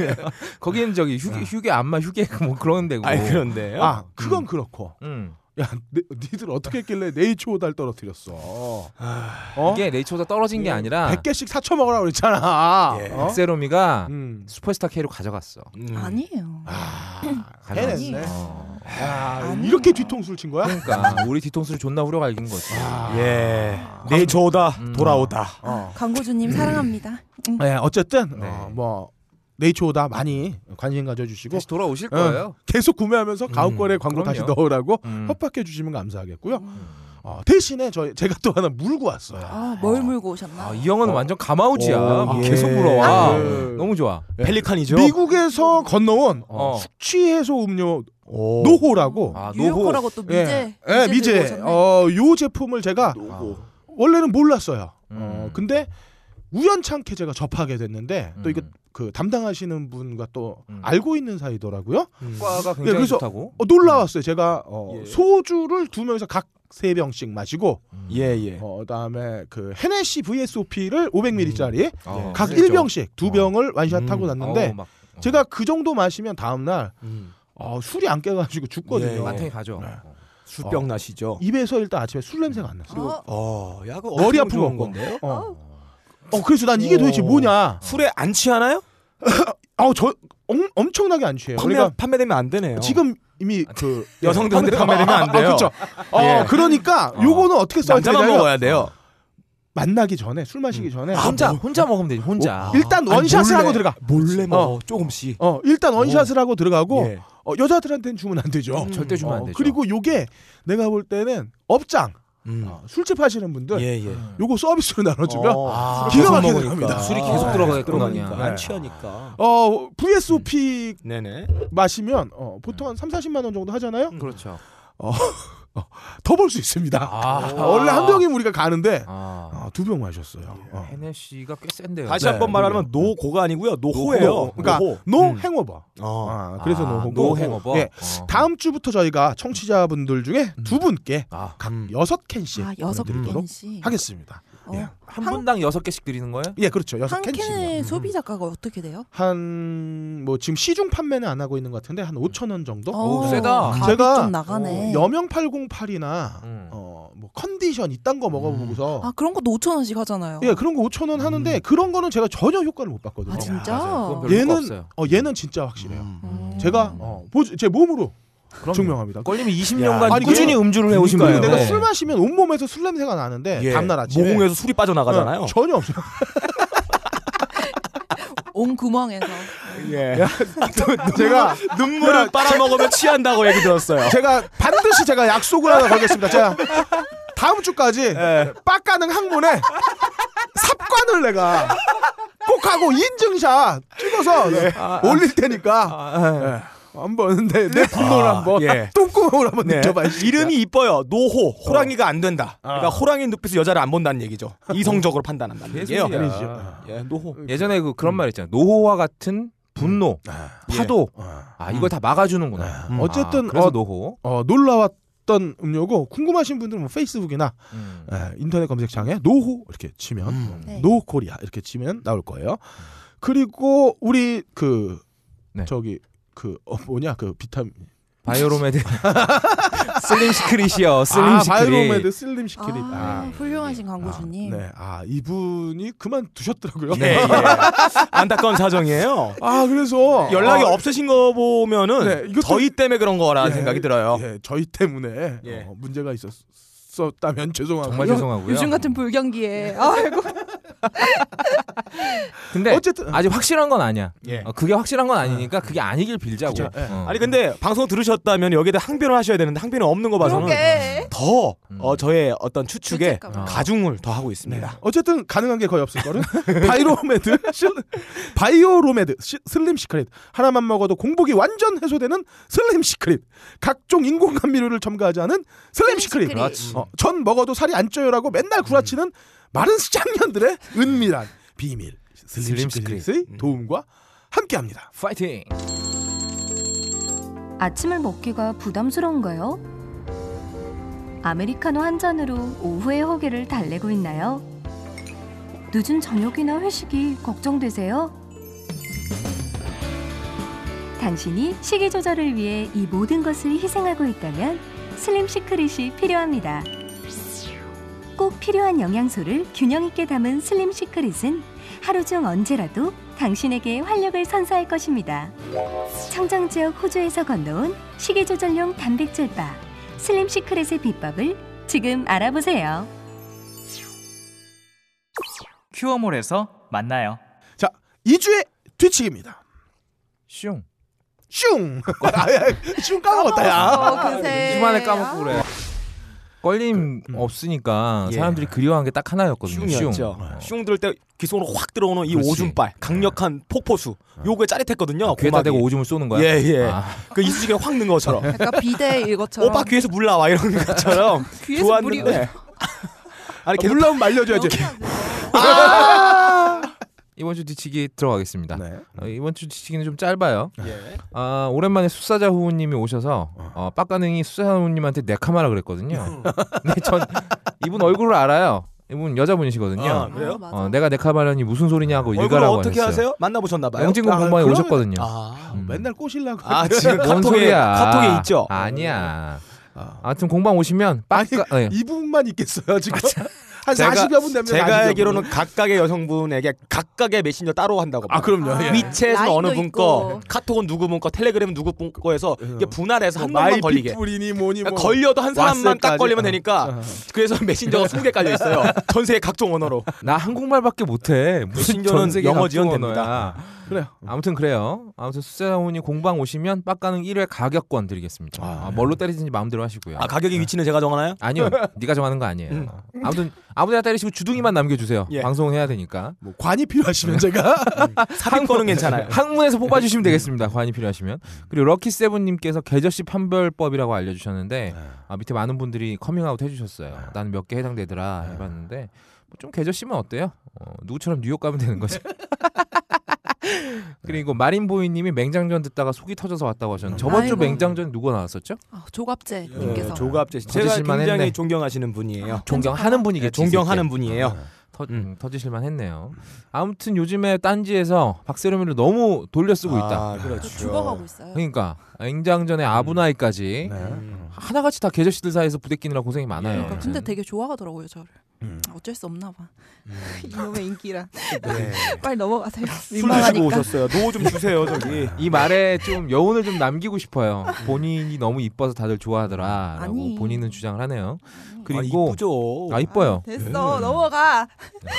Speaker 3: 거기는 저기 휴게 휴게 안마 휴게 <laughs> 뭐 그런 데고.
Speaker 4: 아. 아니 그런데요.
Speaker 2: 아 그건 그렇고
Speaker 3: 음.
Speaker 2: 야 네, 니들 어떻게 했길래 네이처 오달 떨어뜨렸어 어?
Speaker 3: 이게 네이처보다 떨어진 게 아니라
Speaker 2: 100개씩 사쳐 먹으라고 그랬잖아
Speaker 4: 예.
Speaker 2: 어?
Speaker 3: 박세롬이가
Speaker 2: 음.
Speaker 3: 슈퍼스타 K로 가져갔어.
Speaker 4: 음.
Speaker 1: 아니에요.
Speaker 2: 해냈네
Speaker 3: 어.
Speaker 2: 야,
Speaker 1: 아니에요.
Speaker 2: 이렇게 뒤통수를 친 거야?
Speaker 3: 그러니까 우리 뒤통수를 존나 후려갈긴 거지.
Speaker 4: 예. 내 조다
Speaker 3: 음.
Speaker 4: 돌아오다.
Speaker 2: 어.
Speaker 1: 광고주님 사랑합니다. 음. 응.
Speaker 2: 네, 어쨌든
Speaker 3: 네.
Speaker 2: 어, 뭐 네이처 오다 많이 관심 가져주시고
Speaker 3: 다시 돌아오실
Speaker 2: 어,
Speaker 3: 거예요. 음,
Speaker 2: 계속 구매하면서 가옥거래 광고 다시
Speaker 3: 그럼요.
Speaker 2: 넣으라고
Speaker 3: 음.
Speaker 2: 협박해 주시면 감사하겠고요.
Speaker 3: 음.
Speaker 2: 어, 대신에 저 제가 또 하나 물고 왔어요.
Speaker 1: 아, 뭘 물고 오셨나?
Speaker 3: 아, 이 형은
Speaker 4: 어.
Speaker 3: 완전 가마우지야.
Speaker 4: 오, 예.
Speaker 3: 계속 물어와.
Speaker 2: 예.
Speaker 3: 너무 좋아.
Speaker 4: 펠리칸이죠.
Speaker 2: 미국에서 건너온
Speaker 3: 어.
Speaker 2: 취해소 음료
Speaker 4: 오.
Speaker 2: 노호라고
Speaker 3: 아, 노호.
Speaker 1: 뉴욕커라고 또 미제.
Speaker 2: 예, 예,
Speaker 1: 들고
Speaker 2: 미제.
Speaker 1: 오셨네.
Speaker 2: 어, 요 제품을 제가
Speaker 4: 노고.
Speaker 2: 원래는 몰랐어요. 어,
Speaker 3: 음.
Speaker 2: 근데 우연찮게 제가 접하게 됐는데 또 이게
Speaker 3: 음.
Speaker 2: 그 담당하시는 분과 또
Speaker 3: 음.
Speaker 2: 알고 있는 사이더라고요.
Speaker 4: 음.
Speaker 3: 과가
Speaker 2: 예,
Speaker 3: 굉장히
Speaker 2: 그래서-
Speaker 3: 좋다고.
Speaker 2: 어, 놀라웠어요. 제가 어,
Speaker 4: 예.
Speaker 2: 소주를 두 명이서 각 세 병씩 마시고
Speaker 4: 예, 예.
Speaker 2: 어, 그다음에 그 헤네시 VSOP를 500ml짜리
Speaker 3: 어,
Speaker 2: 각
Speaker 3: 그랬죠.
Speaker 2: 1병씩 두
Speaker 3: 어.
Speaker 2: 병을 완샷하고
Speaker 4: 그렇죠. 음.
Speaker 2: 났는데
Speaker 3: 어우, 막, 어.
Speaker 2: 제가 그 정도 마시면 다음 날
Speaker 4: 음.
Speaker 2: 어, 술이 안 깨가지고
Speaker 4: 예.
Speaker 2: 죽거든요.
Speaker 3: 마탱이 가죠.
Speaker 2: 네.
Speaker 3: 어.
Speaker 4: 수병 나시죠.
Speaker 2: 입에서 일단 아침에 술 냄새가 안 났어요.
Speaker 1: 어,
Speaker 4: 어, 야, 그
Speaker 2: 머리 아픈
Speaker 4: 좋은
Speaker 2: 거.
Speaker 4: 건데.
Speaker 2: 어. 어, 그래서 난 이게 도대체
Speaker 4: 오.
Speaker 2: 뭐냐.
Speaker 4: 술에 안 취하나요?
Speaker 2: 어, 저 엄, 엄청나게 안 취해요.
Speaker 4: 판매
Speaker 2: 그러니까
Speaker 4: 판매되면 안 되네요. 아,
Speaker 2: 지금 이미 그
Speaker 4: 여성들한테 판매되면 안 돼요.
Speaker 2: 아, 그렇죠. 어,
Speaker 4: 예.
Speaker 2: 그러니까
Speaker 3: 어.
Speaker 2: 요거는 어떻게 써야
Speaker 4: 남자만
Speaker 2: 되냐면
Speaker 4: 먹어야 돼요. 음.
Speaker 2: 만나기 전에 술 마시기 전에
Speaker 3: 아, 혼자 혼자 먹으면 되지. 혼자.
Speaker 4: 뭐,
Speaker 2: 어, 일단 원샷을
Speaker 4: 아. 몰래,
Speaker 2: 하고 들어가.
Speaker 4: 몰래 먹어.
Speaker 2: 어.
Speaker 4: 조금씩.
Speaker 2: 어, 일단 원샷을 하고 들어가고
Speaker 4: 예.
Speaker 2: 어, 여자들한테는 주면 안 되죠.
Speaker 4: 음.
Speaker 3: 절대 주면
Speaker 2: 어,
Speaker 3: 안 되죠.
Speaker 2: 그리고 요게 내가 볼 때는 업장
Speaker 4: 음.
Speaker 2: 어, 술집 하시는 분들
Speaker 4: 예, 예.
Speaker 2: 요거 서비스로 <laughs> 나눠주면 어,
Speaker 4: 아,
Speaker 2: 기가 막히게
Speaker 4: 계속
Speaker 2: 들어갑니다.
Speaker 3: 술이 계속 들어가게
Speaker 4: 들어가니까
Speaker 3: 그러냐.
Speaker 4: 안 취하니까.
Speaker 2: 어, VSOP
Speaker 4: 네네.
Speaker 2: 마시면 어, 보통 한 3, 40만 원 정도 하잖아요.
Speaker 3: 그렇죠.
Speaker 2: 더 벌 수 있습니다.
Speaker 3: 아.
Speaker 2: 어, 원래 한 병이면 어. 우리가 가는데
Speaker 3: 아. 예.
Speaker 2: 두 병 마셨어요. 어.
Speaker 3: 헤네시가 꽤 센데요.
Speaker 4: 다시
Speaker 2: 네.
Speaker 4: 한 번 말하면 노고가 아니고요. 노호예요.
Speaker 2: 그러니까
Speaker 4: 노호.
Speaker 2: 노
Speaker 4: 음.
Speaker 2: 행오버.
Speaker 4: 어.
Speaker 2: 아, 그래서
Speaker 3: 아,
Speaker 2: 노호고.
Speaker 3: 노 행오버.
Speaker 2: 예.
Speaker 3: 어.
Speaker 2: 다음 주부터 저희가 청취자분들 중에 두 분께
Speaker 3: 아,
Speaker 2: 각
Speaker 4: 음.
Speaker 2: 여섯 캔씩
Speaker 1: 아, 여섯
Speaker 2: 보내드리도록
Speaker 1: 캔씩.
Speaker 2: 하겠습니다.
Speaker 1: 어.
Speaker 2: 예.
Speaker 3: 한
Speaker 1: 한-
Speaker 3: 분당 여섯 개씩 드리는 거예요?
Speaker 2: 예, 그렇죠. 여섯
Speaker 1: 한
Speaker 2: 캔씩.
Speaker 1: 캔의 소비 자가가 어떻게 돼요?
Speaker 2: 한 뭐 지금 시중 판매는 안 하고 있는 것 같은데 한 5천 원 정도.
Speaker 3: 오, 세다.
Speaker 1: 값이
Speaker 2: 어, 제가-
Speaker 1: 어,
Speaker 2: 어,
Speaker 1: 좀 나가네.
Speaker 2: 여명 808이나
Speaker 3: 음.
Speaker 2: 어뭐 컨디션 이딴 거 먹어보고서
Speaker 1: 아 그런 것도 5천 원씩 하잖아요.
Speaker 2: 예 그런 거 5천 원 하는데 그런 거는 제가 전혀 효과를 못 봤거든요.
Speaker 1: 아 진짜?
Speaker 3: 맞아요. 그건 음. 별로 효과
Speaker 2: 얘는
Speaker 3: 없어요.
Speaker 2: 어 얘는 진짜 확실해요.
Speaker 1: 음.
Speaker 2: 제가 어, 보지, 제 몸으로
Speaker 3: 그럼요.
Speaker 2: 증명합니다.
Speaker 3: 걸림이 20년간 네.
Speaker 2: 아니,
Speaker 3: 꾸준히
Speaker 2: 그게-
Speaker 3: 음주를 해오신
Speaker 2: 그리고
Speaker 3: 분인데
Speaker 2: 내가 술 마시면 온 몸에서 술 냄새가 나는데
Speaker 4: 예.
Speaker 2: 다음날 아침에
Speaker 4: 모공에서 술이 빠져나가잖아요.
Speaker 2: 어, 전혀 없어요.
Speaker 1: 온 구멍에서.
Speaker 2: 네.
Speaker 4: <laughs> 예.
Speaker 2: 제가
Speaker 4: 눈물을 빨아먹으면 취한다고 얘기 들었어요.
Speaker 2: 제가 반드시 제가 약속을 하나 걸겠습니다. 제가 다음 주까지 빡가능 학문에 삽관을 내가 꼭 하고 인증샷 찍어서 네. 올릴 테니까
Speaker 3: 아,
Speaker 2: 네. 한번 내, 내 분노를
Speaker 4: 아,
Speaker 2: 한번
Speaker 4: 예.
Speaker 2: 똥구멍을 한번
Speaker 4: 네.
Speaker 2: 느껴봐.
Speaker 4: 이름이 이뻐요. 노호. 호랑이가 안 된다.
Speaker 3: 아.
Speaker 4: 그러니까 호랑이 눈빛에서 여자를 안 본다는
Speaker 3: <laughs>
Speaker 4: 얘기죠. 이성적으로 판단한다는
Speaker 3: 개소리야.
Speaker 4: 얘기예요.
Speaker 2: 아니죠. 음.
Speaker 4: 예, 노호.
Speaker 3: 예전에 그 그런 말 있잖아요. 노호와 같은 분노,
Speaker 2: 아,
Speaker 3: 파도. 아 이걸 다 막아주는구나.
Speaker 4: 음.
Speaker 2: 예. 음. 어쨌든
Speaker 3: 아, 그래서
Speaker 2: 어,
Speaker 3: 노호.
Speaker 2: 어, 놀라웠던 음료고 궁금하신 분들은 뭐 페이스북이나
Speaker 3: 음.
Speaker 2: 에, 인터넷 검색창에 노호 이렇게 치면
Speaker 1: 네.
Speaker 2: 노코리아 이렇게 치면 나올 거예요. 그리고 우리 그
Speaker 3: 네.
Speaker 2: 저기 그 어, 뭐냐 그 비타민 <laughs>
Speaker 3: 바이오로메드 슬림 시크릿이요. 슬림
Speaker 2: 아,
Speaker 3: 시크릿.
Speaker 2: 바이로메드 슬림 시크릿.
Speaker 1: 아, 훌륭하신 광고주님.
Speaker 2: 예. 네, 아 이분이 그만 두셨더라고요.
Speaker 4: 예, <laughs> 예. 안타까운 사정이에요.
Speaker 2: <laughs> 아
Speaker 3: 어.
Speaker 2: 그래서
Speaker 4: 연락이
Speaker 2: 아,
Speaker 4: 없으신 거 보면은
Speaker 2: 네, 이것도-
Speaker 4: 저희 때문에 그런 거라는
Speaker 2: 예,
Speaker 4: 생각이 들어요.
Speaker 2: 예, 저희 때문에
Speaker 4: 예.
Speaker 2: 어, 문제가 있었었다면 죄송하고
Speaker 3: 정말 아, 죄송하고요.
Speaker 1: 요즘 같은 불경기에
Speaker 2: 네.
Speaker 1: 아이고
Speaker 3: 근데
Speaker 2: 어쨌든
Speaker 3: 아직 확실한 건 아니야.
Speaker 4: 예.
Speaker 3: 어, 그게 확실한 건 아니니까 그게 아니길 빌자고.
Speaker 2: 그쵸, 예.
Speaker 3: 어.
Speaker 4: 아니 근데 방송 들으셨다면 여기에 대해 항변을 하셔야 되는데 항변이 없는 거 봐서는
Speaker 1: 그러게
Speaker 4: 더
Speaker 3: 음. 아.
Speaker 4: 어, 저의 어떤 추측에
Speaker 1: 죄책감.
Speaker 2: 아.
Speaker 4: 가중을 더 하고
Speaker 3: 네.
Speaker 4: 있습니다.
Speaker 2: 네. 어쨌든 가능한 게 거의 없을
Speaker 4: <laughs>
Speaker 2: 거는 바이로메드 실- 바이오로메드 시- 슬림 시크릿 하나만 먹어도 공복이 완전 해소되는 슬림 시크릿 각종 인공감미료를 첨가하지 않은 슬림
Speaker 1: 슬림
Speaker 2: 시크릿
Speaker 1: 시크릿. 그렇지.
Speaker 2: 어, 전 먹어도 살이 안 쪄요라고 맨날
Speaker 4: 음.
Speaker 2: 구라치는 마른 쌍년들의 은밀한 비밀 슬림,
Speaker 3: 슬림
Speaker 2: 시크릿의
Speaker 3: 시크릿.
Speaker 4: 음.
Speaker 2: 도움과 함께합니다
Speaker 3: 파이팅.
Speaker 5: 아침을 먹기가 부담스러운가요? 아메리카노 한 잔으로 오후의 허기를 달래고 있나요? 늦은 저녁이나 회식이 걱정되세요? 당신이 식이 조절을 위해 이 모든 것을 희생하고 있다면 슬림 시크릿이 필요합니다. 꼭 필요한 영양소를 균형 있게 담은 슬림 시크릿은 하루 중 언제라도 당신에게 활력을 선사할 것입니다. 청정 지역 호주에서 건너온 식이 조절용 단백질 바 슬림 시크릿의 비법을 지금 알아보세요.
Speaker 6: 큐어몰에서 만나요.
Speaker 2: 자 2주의 뒤치기입니다
Speaker 3: 슝.
Speaker 4: <laughs>
Speaker 2: 슝! 아, 야, 슝 까먹었다 야
Speaker 1: 어, 그새
Speaker 3: 주만에 까먹고 그래. 걸림
Speaker 2: 그, 음.
Speaker 3: 없으니까
Speaker 4: 예.
Speaker 3: 사람들이 그리워한 게 딱 하나였거든요. 슝.
Speaker 4: 슝이었죠.
Speaker 3: 어.
Speaker 4: 슝 들을 때 귓속으로 확 들어오는 이
Speaker 3: 그렇지. 네. 아,
Speaker 4: 오줌발, 강력한 폭포수. 요거에 짜릿했거든요.
Speaker 3: 귀에다 대고
Speaker 4: 고막이.
Speaker 3: 오줌을 쏘는 거야.
Speaker 4: 예, 예.
Speaker 3: 아. 네.
Speaker 4: 그 이쑤시개 확 넣은 것처럼.
Speaker 1: 약간 비대 일것처럼
Speaker 4: 오빠 귀에서 물 나와 이런 <laughs> 것처럼
Speaker 1: <laughs> 귀에서 물이
Speaker 4: 좋았는데. <laughs> 아니 계속
Speaker 2: 물론
Speaker 4: 네.
Speaker 2: 말려줘야지
Speaker 3: 이번 주 뒤치기 들어가겠습니다.
Speaker 2: 네.
Speaker 3: 어, 이번 주 뒤치기는 좀 짧아요.
Speaker 4: 예.
Speaker 3: 아, 오랜만에 숫사자 후우님이 오셔서 어, 빡가능이 숫사자 후우님한테 네카마라 그랬거든요. <laughs> 근데 전 이분 얼굴을 알아요. 이분 여자분이시거든요.
Speaker 4: 아,
Speaker 1: 아,
Speaker 4: 그래요?
Speaker 1: 맞아.
Speaker 3: 어, 내가 네카마라니 무슨 소리냐고
Speaker 4: 얼굴
Speaker 3: 일가라고
Speaker 4: 어떻게
Speaker 3: 하셨어요.
Speaker 4: 하세요? 만나보셨나 봐요.
Speaker 3: 영진군
Speaker 2: 아,
Speaker 3: 공방에
Speaker 2: 그러면-
Speaker 3: 오셨거든요.
Speaker 4: 아,
Speaker 3: 음.
Speaker 2: 맨날 꼬시려고
Speaker 4: 아
Speaker 2: <laughs>
Speaker 4: 지금
Speaker 3: 뭔
Speaker 4: 카톡에
Speaker 3: 소리야?
Speaker 4: 카톡에 있죠.
Speaker 3: 아니야.
Speaker 2: 아.
Speaker 3: 아무튼 공방 오시면 빡가 예.
Speaker 2: 이 부분만 있겠어요 지금 한
Speaker 4: 아, 제가-
Speaker 2: 40여 분 되면
Speaker 4: 제가
Speaker 2: 40여
Speaker 4: 알기로는
Speaker 1: 뭐-
Speaker 2: 분은.
Speaker 4: 각각의 여성분에게 각각의 메신저 따로 한다고.
Speaker 2: 아
Speaker 4: 봐요.
Speaker 2: 그럼요
Speaker 1: 아,
Speaker 2: 예.
Speaker 4: 위챗에서
Speaker 1: 라인도
Speaker 4: 어느 분
Speaker 1: 있고.
Speaker 4: 거, 카톡은 누구 분 거, 텔레그램 누구 분 거에서
Speaker 3: 음.
Speaker 4: 이게 분할해서 한 명만 걸리게. 그러니까
Speaker 2: 마이피플이니 뭐 뭐니 뭐
Speaker 4: 걸려도 한 사람만 딱
Speaker 2: 왓셀까지.
Speaker 4: 걸리면
Speaker 2: 어.
Speaker 4: 되니까 그래서 <laughs> 메신저가 20개 깔려 있어요. 전 세계 각종 언어로.
Speaker 3: 나 한국말밖에 못해. 무슨
Speaker 4: 메신저는
Speaker 3: 전 세계
Speaker 4: 영어
Speaker 3: 각종
Speaker 4: 지원됩니다.
Speaker 3: 언어야.
Speaker 2: 그래요
Speaker 3: 아무튼 그래요. 아무튼 숫자원이 공방 오시면 빡가는 1회 가격권 드리겠습니다.
Speaker 2: 아,
Speaker 3: 아, 뭘로 때리든지 마음대로 하시고요.
Speaker 4: 아 가격의 위치는 제가 정하나요?
Speaker 3: 아니요, 네가 정하는 거 아니에요.
Speaker 4: 음.
Speaker 3: 아무튼 아무데나 때리시고 주둥이만 남겨주세요.
Speaker 4: 예.
Speaker 3: 방송 해야 되니까.
Speaker 2: 뭐 관이 필요하시면 제가
Speaker 4: 삽입권은 괜찮아요.
Speaker 3: 항문에서 뽑아주시면 되겠습니다. 관이 필요하시면. 그리고 럭키 세븐님께서 개저씨 판별법이라고 알려주셨는데
Speaker 4: 네.
Speaker 3: 아, 밑에 많은 분들이 커밍아웃 해주셨어요. 나는 몇 개 해당되더라
Speaker 4: 네.
Speaker 3: 해봤는데 뭐좀 개저씨면 어때요? 어, 누구처럼 뉴욕 가면 되는
Speaker 4: <laughs>
Speaker 3: 거죠. <laughs> 그리고 마린보이님이 맹장전 듣다가 속이 터져서 왔다고 하셨는데 저번 주
Speaker 1: 아이고.
Speaker 3: 맹장전 누가 나왔었죠?
Speaker 1: 아, 조갑제님께서
Speaker 4: 네, 예, 조갑제 씨. 제가
Speaker 3: 거짓말만
Speaker 4: 굉장히
Speaker 3: 했네.
Speaker 4: 존경하시는 분이에요. 아,
Speaker 3: 존경하는
Speaker 4: 예,
Speaker 3: 분이겠죠.
Speaker 4: 존경하는 분이에요.
Speaker 3: 터, 음, 터지실만 했네요. 아무튼 요즘에 딴지에서 박세롬이를 너무 돌려 쓰고 있다.
Speaker 4: 아, 그렇죠.
Speaker 1: 죽어가고 있어요.
Speaker 3: 그러니까 앵장전에 아부나이까지
Speaker 4: 음.
Speaker 3: 하나같이 다 개저씨들 사이에서 부대끼느라 고생이 많아요. 음.
Speaker 1: 그러니까 근데 되게 좋아하더라고요 저를.
Speaker 2: 음.
Speaker 1: 어쩔 수 없나 봐. <laughs> 이놈의 인기라.
Speaker 4: 네.
Speaker 1: <laughs> 빨리 넘어가세요.
Speaker 4: <laughs> 술 드시고
Speaker 1: 민망하니까.
Speaker 4: 오셨어요. 노 좀 주세요 저기.
Speaker 3: 이 말에 좀 여운을 좀 남기고 싶어요. 본인이 너무 이뻐서 다들 좋아하더라라고
Speaker 1: 아니.
Speaker 3: 본인은 주장을 하네요.
Speaker 4: 아,
Speaker 3: 그리고
Speaker 4: 이쁘죠.
Speaker 3: 아 이뻐요.
Speaker 1: 아, 됐어 넘어가.
Speaker 4: 네.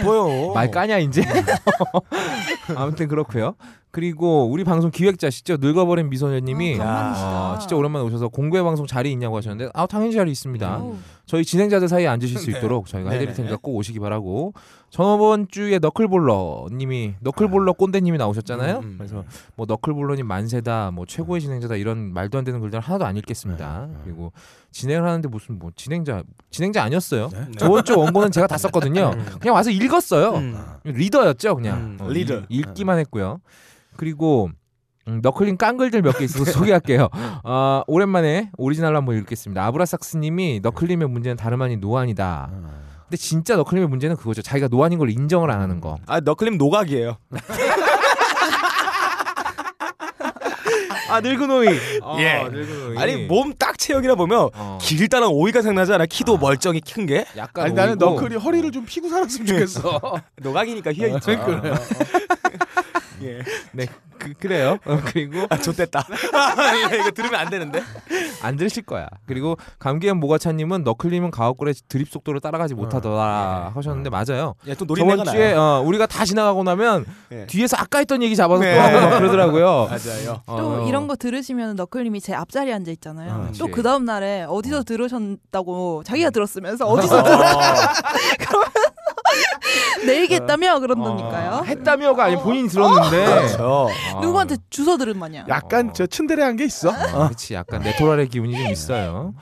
Speaker 4: 이뻐요.
Speaker 3: 말 까냐 이제. <laughs> 아무튼 그렇고요. 그리고 우리 방송 기획자시죠 늙어버린 미소녀님이
Speaker 1: 아, 간만이시다.
Speaker 3: 어, 진짜 오랜만에 오셔서 공개 방송 자리 있냐고 하셨는데 아 당연히 자리 있습니다.
Speaker 1: 어우,
Speaker 3: 저희 진행자들 사이에 앉으실
Speaker 4: <laughs>
Speaker 3: 수
Speaker 2: 네.
Speaker 3: 있도록 저희가 해드릴
Speaker 4: 네네네.
Speaker 3: 테니까 꼭 오시기 바라고 저번 주에 너클볼러님이 너클볼러 꼰대님이 나오셨잖아요.
Speaker 4: 아. 음, 음.
Speaker 3: 그래서 뭐 너클볼러님 만세다, 뭐 최고의 진행자다 이런 말도 안 되는 글들 하나도 안
Speaker 4: 네,
Speaker 3: 읽겠습니다. 그리고 진행을 하는데 무슨 뭐 진행자 진행자 아니었어요.
Speaker 2: 네.
Speaker 3: 저번 주 원고는 제가 다 썼거든요. 그냥 와서 읽었어요.
Speaker 4: 음.
Speaker 3: 리더였죠, 그냥 어,
Speaker 4: 음, 리더.
Speaker 3: 읽, 기만
Speaker 2: 네.
Speaker 3: 했고요. 그리고 음, 너클린 깡글들 몇 개 있어서 <laughs> 소개할게요. 아, 오랜만에 오리지널로 한번 읽겠습니다. 아브라삭스님이 너클림의 문제는 다름 아닌 노안이다. 근데 진짜 너클림의 문제는 그거죠. 자기가 노안인 걸 인정을 안 하는 거.
Speaker 4: 아 너클림 노각이에요.
Speaker 3: 아 늙은 오이. 아,
Speaker 4: 예.
Speaker 3: 늙은 오이.
Speaker 4: 아니 몸 딱 체형이라 보면
Speaker 3: 어,
Speaker 4: 길다란 오이가 생각나지 않아? 키도 멀쩡히 큰 게
Speaker 3: 약간
Speaker 2: 아니 나는
Speaker 3: 오이고.
Speaker 2: 너클이 허리를 좀 피고 살았으면
Speaker 4: 네.
Speaker 2: 좋겠어.
Speaker 4: 노각이니까 휘어 있죠.
Speaker 3: 그래요.
Speaker 4: 예.
Speaker 3: 네, 그, 그래요. 어, 그리고
Speaker 4: 아, 좋됐다. <laughs> 이거 들으면 안 되는데.
Speaker 3: 안 들으실 거야. 그리고 감기엔 모가차님은 너클님은 가옥골의 드립 속도로 따라가지
Speaker 2: 아,
Speaker 3: 못하더라
Speaker 2: 네.
Speaker 3: 하셨는데 맞아요.
Speaker 4: 예, 또 노린내가
Speaker 3: 저번 주에
Speaker 4: 나요.
Speaker 3: 어, 우리가 다 지나가고 나면
Speaker 4: 예.
Speaker 3: 뒤에서 아까 했던 얘기 잡아서
Speaker 4: 네.
Speaker 3: 또 하고 막 그러더라고요.
Speaker 4: 맞아요.
Speaker 3: 어,
Speaker 1: 또 이런 거 들으시면 너클님이 제 앞자리에 앉아
Speaker 2: 아,
Speaker 1: 있잖아요.
Speaker 3: 그치.
Speaker 1: 또 그 다음 날에 어디서 들으셨다고 자기가 들었으면서
Speaker 4: 어, <laughs>
Speaker 1: 어디서 <laughs> 내
Speaker 4: 네.
Speaker 1: 얘기했다며 그런다니까요.
Speaker 3: 어.
Speaker 1: 어.
Speaker 3: 했다며가 아니 본인이 들었는데.
Speaker 4: 그렇죠. 어.
Speaker 3: 아,
Speaker 1: 누구한테 주워 들은 마냥.
Speaker 2: 네. 약간 저 츤데레한 게 있어.
Speaker 4: 네.
Speaker 3: 아, 그렇지. 약간 내토랄의 기운이 좀 있어요.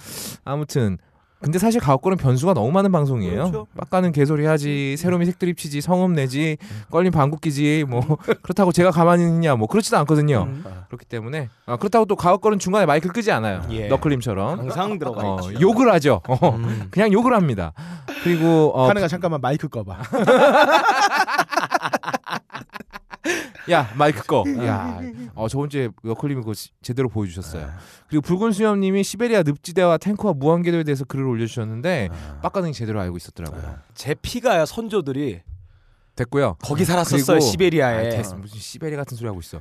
Speaker 3: 아무튼 근데 사실 가옥골은 변수가 너무 많은 방송이에요.
Speaker 4: 그렇죠.
Speaker 3: 빡가는 개소리 하지, 새롬이 색드립 치지, 성음 내지, 껄림 방귀 끼지, 뭐 <laughs> 그렇다고 제가 가만히 있냐, 뭐 그렇지도 않거든요.
Speaker 1: 음.
Speaker 3: 그렇기 때문에 아, 그렇다고 또 가옥걸은 중간에 마이크를 끄지 않아요.
Speaker 4: 예.
Speaker 3: 너클림처럼
Speaker 4: 항상 들어가
Speaker 3: 어,
Speaker 4: 있죠.
Speaker 3: 욕을 하죠. 어,
Speaker 4: 음.
Speaker 3: 그냥 욕을 합니다. 그리고 어,
Speaker 2: 카네가 잠깐만 마이크 꺼봐.
Speaker 3: 야 마이크 꺼.
Speaker 4: 음,
Speaker 3: 야, 어, 저번 주에 너클림이 그거 시- 제대로
Speaker 4: 네.
Speaker 3: 보여주셨어요. 그리고 붉은 수염님이 시베리아 늪지대와 탱크와 무한궤도에 대해서 글을 올려주셨는데
Speaker 4: 네.
Speaker 3: 빡가능이 제대로 알고 있었더라고요.
Speaker 4: 제 피가요 선조들이
Speaker 3: 됐고요.
Speaker 4: 네. 거기 살았었어요
Speaker 3: 그리고-
Speaker 4: 아, 시베리아에.
Speaker 3: 아이, 됐어. 무슨 시베리 같은 소리 하고
Speaker 4: <laughs>
Speaker 3: 있어.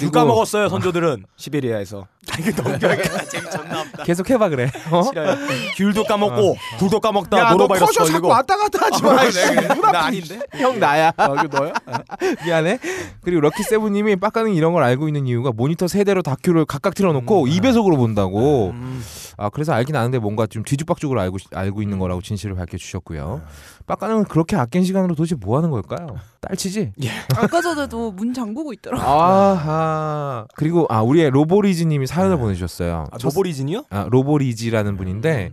Speaker 4: 죽 까먹었어요 선조들은 시베리아에서. 아, 이거 넘겨야 재미졌나 없다.
Speaker 3: 계속 해봐 그래. 어?
Speaker 4: 싫어요. 귤도 까먹고 굴도 까먹다
Speaker 2: 야 너
Speaker 4: 노로바이러스
Speaker 2: 커져
Speaker 4: 걸리고. 아, 어, 네,
Speaker 2: 자꾸 왔다 갔다 하지 마. 씨.
Speaker 4: 나 아닌데. 어,
Speaker 3: 형 나야.
Speaker 2: 아, 이거 <laughs> 너야?
Speaker 3: 미안해. 그리고 럭키 세븐님이 빡가는 이런 걸 알고 있는 이유가 모니터 세대로 다큐를 각각 틀어놓고 2배속으로 본다고. 아 그래서 알긴 아는데 뭔가 좀 뒤죽박죽으로 알고 시- 알고 있는 거라고 진실을 밝혀주셨고요. 빡가는 그렇게 아낀 시간으로 도대체 뭐 하는 걸까요? 딸치지?
Speaker 1: 아까 전에도 문 잠그고
Speaker 3: <laughs>
Speaker 1: 있더라고.
Speaker 3: 아하. 그리고 아 우리의 로보리지님이 사연을 보내주셨어요.
Speaker 4: 아, 조보리진이요?
Speaker 3: 아, 로보리지라는 분인데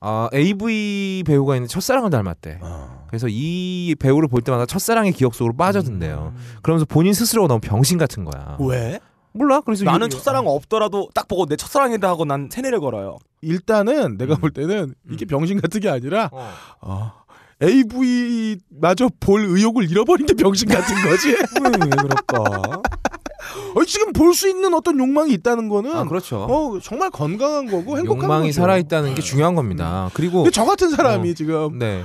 Speaker 3: 아, AV 배우가 있는 첫사랑을 닮았대. 그래서 이 배우를 볼 때마다 첫사랑의 기억 속으로 빠져든대요. 그러면서 본인 스스로가 너무 병신 같은 거야.
Speaker 2: 뭐,
Speaker 4: 왜?
Speaker 3: 몰라. 그래서
Speaker 4: 나는
Speaker 3: 이- <laughs>
Speaker 4: 첫사랑 없더라도 딱 보고 내 첫사랑이다 하고 난 세뇌를 걸어요.
Speaker 2: 일단은
Speaker 4: 음.
Speaker 2: 내가 볼 때는 이게 병신 같은 게 아니라
Speaker 3: 어.
Speaker 2: 어, AV 마저 볼 의욕을 잃어버린 게 병신 같은 거지. 왜 그럴까? 어, 지금 볼 수 있는 어떤 욕망이 있다는 거는
Speaker 3: 아, 그렇죠.
Speaker 2: 어, 정말 건강한 거고 행복한
Speaker 3: 욕망이
Speaker 2: 거죠.
Speaker 3: 살아 있다는 게 중요한 겁니다. 그리고
Speaker 2: 근데 저 같은 사람이
Speaker 3: 어.
Speaker 2: 지금
Speaker 3: 네.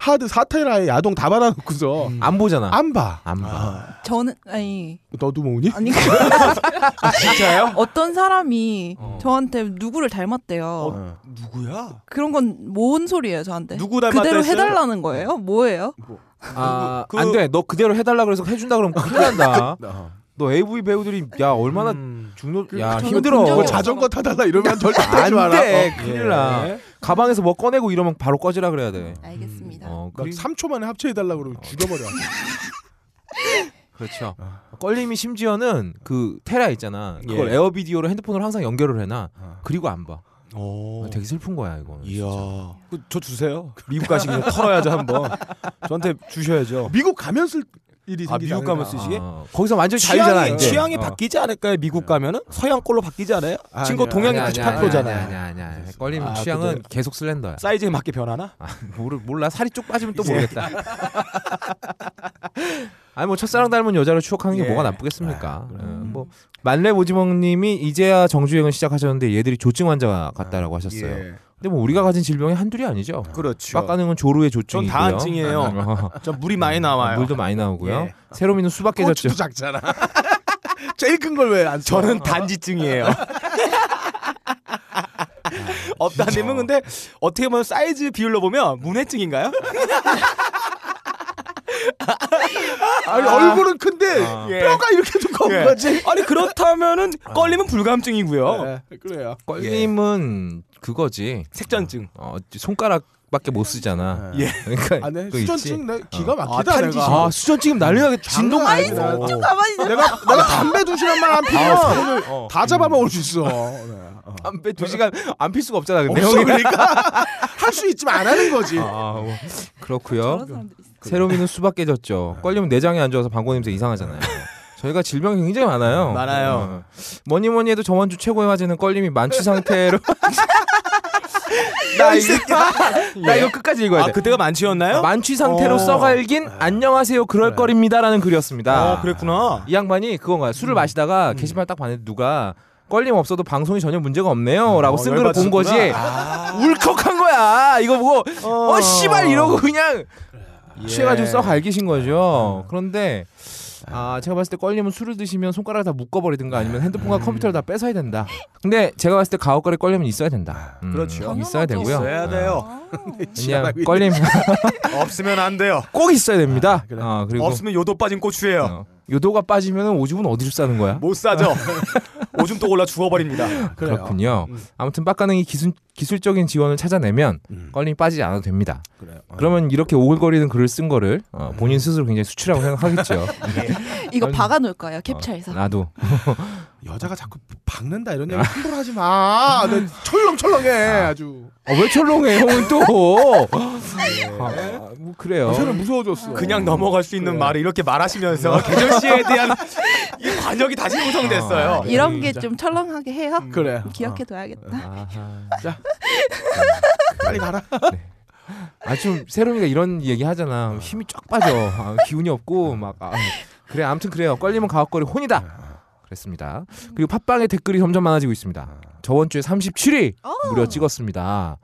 Speaker 2: 하드 사테라에 야동 다 받아놓고서
Speaker 3: 안 음. 보잖아.
Speaker 2: 안 봐.
Speaker 3: 안 봐.
Speaker 1: 저는 아니
Speaker 2: 너도 모으니?
Speaker 1: 아니
Speaker 3: <laughs>
Speaker 4: 진짜요?
Speaker 1: 어떤 사람이
Speaker 3: 어.
Speaker 1: 저한테 누구를 닮았대요.
Speaker 2: 어.
Speaker 4: 누구야?
Speaker 1: 그런 건 뭔 소리예요 저한테?
Speaker 4: 누구
Speaker 1: 네.
Speaker 4: 닮았다
Speaker 1: 그대로
Speaker 4: 했어요? 네.
Speaker 1: 해달라는 거예요? 뭐예요?
Speaker 3: 아,
Speaker 4: 그-
Speaker 3: 안 돼. 너 그대로 해 달라 그래서 해 준다 그러면 큰일 난다.
Speaker 2: 어.
Speaker 3: 너 AV 배우들이 야, 얼마나
Speaker 4: 음.
Speaker 3: 중노 야,
Speaker 1: 저는
Speaker 3: 힘들어.
Speaker 1: 본
Speaker 2: 뭐
Speaker 1: 적이
Speaker 3: 자-
Speaker 2: 자전거 타달라 이러면 절대 타지
Speaker 3: 안
Speaker 2: 마라. 어.
Speaker 3: 돼. 큰일 나.
Speaker 4: 예.
Speaker 3: 가방에서 뭐 꺼내고 이러면 바로 꺼지라 그래야 돼.
Speaker 1: 알겠습니다.
Speaker 4: 음,
Speaker 3: 어,
Speaker 2: 막
Speaker 3: 그리-
Speaker 2: 3초 만에 합체해달라 그러면
Speaker 3: 어.
Speaker 2: 죽여버려.
Speaker 3: 그렇죠. 껄림이 심지어는 그 테라 있잖아. 그걸
Speaker 4: 아. 예.
Speaker 3: 에어비디오로 핸드폰으로 항상 연결을 해놔. 그리고 안 봐. 어,
Speaker 4: 오.
Speaker 3: 아, 되게 슬픈 거야 이거는.
Speaker 4: 어, 이야. 그, 저 주세요. 미국 가시기 전에 털어야죠 한번. 저한테 주셔야죠.
Speaker 2: 미국 가면 쓸 일이 어,
Speaker 4: 아,
Speaker 2: 생기지
Speaker 4: 미국 가면
Speaker 2: 않을까.
Speaker 4: 쓰시-
Speaker 3: 아, 거기서 완전 히 자유잖아.
Speaker 4: 취향이,
Speaker 3: 이제.
Speaker 4: 취향이
Speaker 3: 어.
Speaker 4: 바뀌지 않을까요? 미국 가면은 서양꼴로 바뀌지 않아요?
Speaker 2: 아니요.
Speaker 4: 친구 동양이
Speaker 3: 아니야,
Speaker 4: 같이
Speaker 3: 아니야,
Speaker 4: 8%잖아요.
Speaker 3: 아니야 아니야 아니야. 껄림
Speaker 4: 아,
Speaker 3: 취향은
Speaker 4: 그래요?
Speaker 3: 계속 슬렌더야.
Speaker 4: 사이즈에 맞게 변하나?
Speaker 3: 아, 모르 몰라 살이 쭉 빠지면 또 모르겠다. <laughs> 아니 뭐 첫사랑 닮은 여자를 추억하는 게
Speaker 4: 예.
Speaker 3: 뭐가 나쁘겠습니까? 예, 뭐 만렙 오지멍님이 이제야 정주행을 시작하셨는데 얘들이 조증 환자 같다라고 하셨어요. 근데 뭐 우리가 가진 질병이 한둘이 아, 아니죠.
Speaker 4: 그렇죠.
Speaker 3: 빡가능은 조루의
Speaker 4: 전
Speaker 3: 조증이고요.
Speaker 4: 다한증이에요.
Speaker 3: 어, <laughs>
Speaker 4: 전 물이 많이 나와요.
Speaker 3: 물도 많이 나오고요.
Speaker 4: 예.
Speaker 3: 세로미는 수박
Speaker 2: 꼬치도
Speaker 3: 깨졌죠.
Speaker 2: 작잖아. 제일 큰 걸 왜 안 써?
Speaker 4: 저는 <laughs> 단지증이에요. 업다님은 근데 어떻게 보면 사이즈 비율로 보면 문해증인가요?
Speaker 2: 아니, 얼굴은 큰데
Speaker 3: 아.
Speaker 2: 뼈가 이렇게 두꺼운
Speaker 4: 예.
Speaker 2: 거지.
Speaker 4: 아니 예. 그렇다면은 껄림은 불감증이고요.
Speaker 2: 네, 그래요.
Speaker 3: 껄림은 그거지.
Speaker 4: 색전증.
Speaker 3: 어, 손가락밖에 못 쓰잖아.
Speaker 2: 예.
Speaker 3: 그러니까
Speaker 2: 안에
Speaker 3: 그거
Speaker 2: 수전증
Speaker 3: 있지. 어.
Speaker 2: 내 기가 막히다
Speaker 4: 아,
Speaker 2: 내가.
Speaker 4: 탄지시.
Speaker 3: 아 수전 지금 난리나게 진동.
Speaker 2: 아니
Speaker 3: 어.
Speaker 1: 가만히
Speaker 4: 네?
Speaker 1: 있어.
Speaker 2: 내가 내가 담배 두 시간만 안 피면 오늘 다 잡아먹을 수 있어. 네.
Speaker 3: 담배 두 시간 안 필 수가 없잖아. 근데
Speaker 2: 없어
Speaker 3: 형이.
Speaker 2: 그러니까 <laughs> 할 수 있지만 안 하는 거지.
Speaker 3: 네, 아, 뭐.
Speaker 1: 네. 아, 저런
Speaker 3: 그렇고요.
Speaker 1: 사람들 있어.
Speaker 3: 세로미는 수박 깨졌죠. 껄림은 내장이 안 좋아서 방구 냄새 이상하잖아요. 저희가 질병이 굉장히 네. 많아요.
Speaker 4: 많아요.
Speaker 3: 어. 뭐니 뭐니 해도 저번 주 최고의 화제는 껄림이 만취 상태로 <laughs> 나 이거 나 이거 끝까지 읽어야
Speaker 4: 아
Speaker 3: 돼.
Speaker 4: 그때가
Speaker 3: <laughs>
Speaker 4: 만취였나요?
Speaker 3: 만취 상태로
Speaker 2: 어.
Speaker 3: 써갈긴 안녕하세요 그럴
Speaker 2: 그래.
Speaker 3: 거립니다라는 글이었습니다.
Speaker 4: 어 그랬구나.
Speaker 3: 이 양반이 그건가요?
Speaker 4: 음.
Speaker 3: 술을 마시다가 게시판 딱 봤는데 누가 걸림 없어도 방송이 전혀 문제가 없네요라고
Speaker 4: 어,
Speaker 3: 쓴 글을 본 거지.
Speaker 4: 아.
Speaker 3: 울컥한 거야. 이거 보고
Speaker 4: 어.
Speaker 3: 어 씨발 이러고 그냥
Speaker 4: 예.
Speaker 3: 취해가지고 썩 알기신 거죠. 그런데 아 제가 봤을 때 껄림은 술을 드시면 손가락을 다 묶어버리든가 아니면 핸드폰과
Speaker 4: 음.
Speaker 3: 컴퓨터를 다 뺏어야 된다. 근데 제가 봤을 때 가옥거리 껄림은 있어야 된다. 음,
Speaker 4: 그렇죠.
Speaker 3: 있어야 되고요. 아.
Speaker 4: 있어야 돼요.
Speaker 3: 그냥 껄림
Speaker 4: 아. <laughs> 없으면 안 돼요.
Speaker 3: 꼭 있어야 됩니다.
Speaker 2: 아, 그래.
Speaker 3: 어, 그리고
Speaker 4: 없으면 요도 빠진 고추예요.
Speaker 3: 어, 요도가 빠지면 오줌은 어디로 싸는 거야?
Speaker 4: 못 사죠. 오줌 또 올라 죽어버립니다.
Speaker 2: 그래요.
Speaker 3: 그렇군요.
Speaker 4: 음.
Speaker 3: 아무튼 빡가능이 기술, 기술적인 지원을 찾아내면 껄림이 빠지지 않아도 됩니다.
Speaker 2: 음. 그래요. 어. 음.
Speaker 3: 그러면 이렇게 오글거리는 글을 쓴 거를 어, 본인 스스로 굉장히 수치라고
Speaker 2: <laughs>
Speaker 3: 생각하겠죠.
Speaker 2: 네.
Speaker 1: 이거
Speaker 3: 아니.
Speaker 1: 박아놓을 거예요
Speaker 3: 어,
Speaker 1: 캡처해서.
Speaker 3: 나도
Speaker 2: 여자가 자꾸 박는다 이런 얘기 함부로 하지 마. 내 철렁철렁해 아주.
Speaker 3: 아, 왜 철렁해 형은
Speaker 2: <laughs>
Speaker 3: 또. 아, 아, 뭐 그래요.
Speaker 2: 요새는 무서워졌어.
Speaker 4: 그냥 넘어갈 어. 수 있는 말을 이렇게 <laughs> 말하시면서 개정 씨에 대한 이 관역이 다시
Speaker 3: 아,
Speaker 4: 형성됐어요.
Speaker 1: 이런 게 좀 철렁하게 해요.
Speaker 4: 음.
Speaker 2: 그래.
Speaker 4: 어.
Speaker 1: 기억해둬야겠다.
Speaker 3: 아하.
Speaker 2: 빨리 가라.
Speaker 3: 아, 좀 세롬이가 이런 얘기 하잖아. 힘이 쫙 빠져. 아, 기운이 없고 막 아, 그래 아무튼 그래요. 껄리면 가옥거리 혼이다. 그랬습니다. 그리고 팟빵의 댓글이 점점 많아지고 있습니다. 저번 주에 37위
Speaker 1: 어.
Speaker 3: 무려 찍었습니다.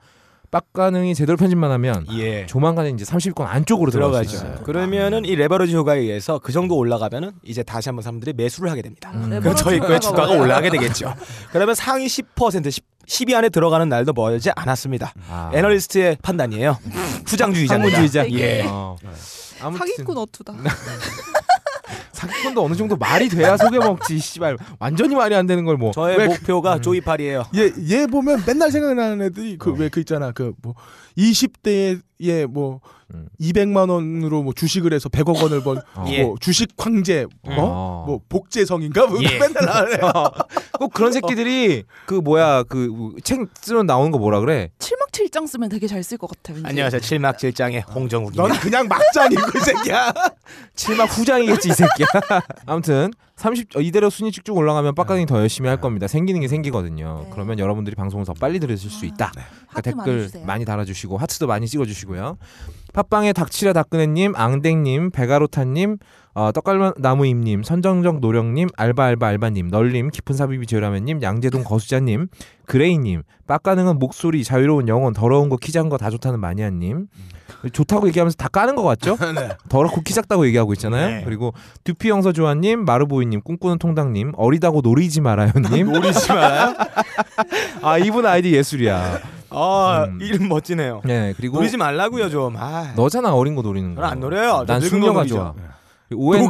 Speaker 3: 빡가능이 제대로 편집만 하면
Speaker 4: 예.
Speaker 3: 조만간에 이제 30위권 안쪽으로 들어갈 수 있어요.
Speaker 4: 들어가죠. 그러면은 이 레버러지 효과에 의해서 그 정도 올라가면은 이제 다시 한번 사람들이 매수를 하게
Speaker 1: 네,
Speaker 4: 됩니다. 음. 그럼 저희 거의 주가가 올라가게 되겠죠. <laughs> 그러면 상위 10% 10, 10위 안에 들어가는 날도 멀지 않았습니다.
Speaker 3: 아,
Speaker 4: 애널리스트의 판단이에요. 후장주의자입니다.
Speaker 3: 후장주의자.
Speaker 4: 예.
Speaker 3: 어. 아무튼
Speaker 1: 사기꾼 어투다.
Speaker 3: 사기꾼도 어느 정도 말이 돼야 속에 먹지. 씨발 완전히 말이 안 되는 걸 뭐.
Speaker 4: 저의
Speaker 2: 왜
Speaker 4: 목표가 조이팔이에요.
Speaker 2: 얘, 얘 보면 맨날 생각나는 애들이 그
Speaker 3: 어.
Speaker 2: 왜 그 있잖아 그 뭐 20대에 뭐
Speaker 3: 음.
Speaker 2: 200만 원으로 뭐 주식을 해서 100억 원을 번
Speaker 3: 어.
Speaker 4: 예.
Speaker 2: 뭐 주식 황제
Speaker 4: 음.
Speaker 2: 뭐,
Speaker 3: 어.
Speaker 2: 뭐 복제성인가 뭐
Speaker 4: 예.
Speaker 2: 맨날 나와요.
Speaker 3: <laughs> 꼭 그런 새끼들이 그 뭐야 그 책 쓰면 나오는 거 뭐라 그래?
Speaker 1: 칠막칠장 쓰면 되게 잘 쓸 것 같아. 왠지.
Speaker 4: 안녕하세요. 칠막칠장의
Speaker 2: 넌
Speaker 4: 홍정욱입니다.
Speaker 2: 그냥 막장이고 이 새끼야.
Speaker 3: <laughs> 칠막 후장이겠지 이 새끼야. <laughs> 아무튼 30 어, 이대로 순위 쭉쭉 올라가면 빡가능이 더 열심히
Speaker 2: 네.
Speaker 3: 할 겁니다. 생기는 게 생기거든요.
Speaker 1: 네.
Speaker 3: 그러면 여러분들이 방송을 더 빨리 들으실 수 있다.
Speaker 2: 네.
Speaker 1: 하트
Speaker 3: 그러니까
Speaker 1: 많이
Speaker 3: 댓글
Speaker 1: 주세요.
Speaker 3: 많이 달아주시고 하트도 많이 찍어주시고요. 팟빵에 닥치라 닥근혜님, 앙댕님, 베가로타님, 어, 떡갈나무임님, 선정적 노령님, 알바알바 알바님, 널님, 깊은 삽입이 지으라면님, 양재동 거수자님, 그레이님, 빡가능은 목소리, 자유로운 영혼, 더러운 거 키작은 거다 좋다는 마니아님. 좋다고 얘기하면서 다 까는 네. 것 <laughs> 같죠? 더럽고 키 작다고 얘기하고 있잖아요.
Speaker 4: 네.
Speaker 3: 그리고 두피 영서 조아님, 마르보이님, 꿈꾸는 통당님, 어리다고 노리지 말아요님. <laughs> 노리지 말아요? 아 이분 아이디 예술이야.
Speaker 4: 아,
Speaker 3: 음.
Speaker 4: 이름 멋지네요.
Speaker 3: 네 그리고
Speaker 4: 노리지 말라고요 좀. 아.
Speaker 3: 너잖아 어린 거 노리는 거.
Speaker 4: 저는 안 노려요.
Speaker 3: 난
Speaker 4: 늙은 거
Speaker 3: 숙녀가
Speaker 4: 노리죠.
Speaker 3: 좋아. 오엔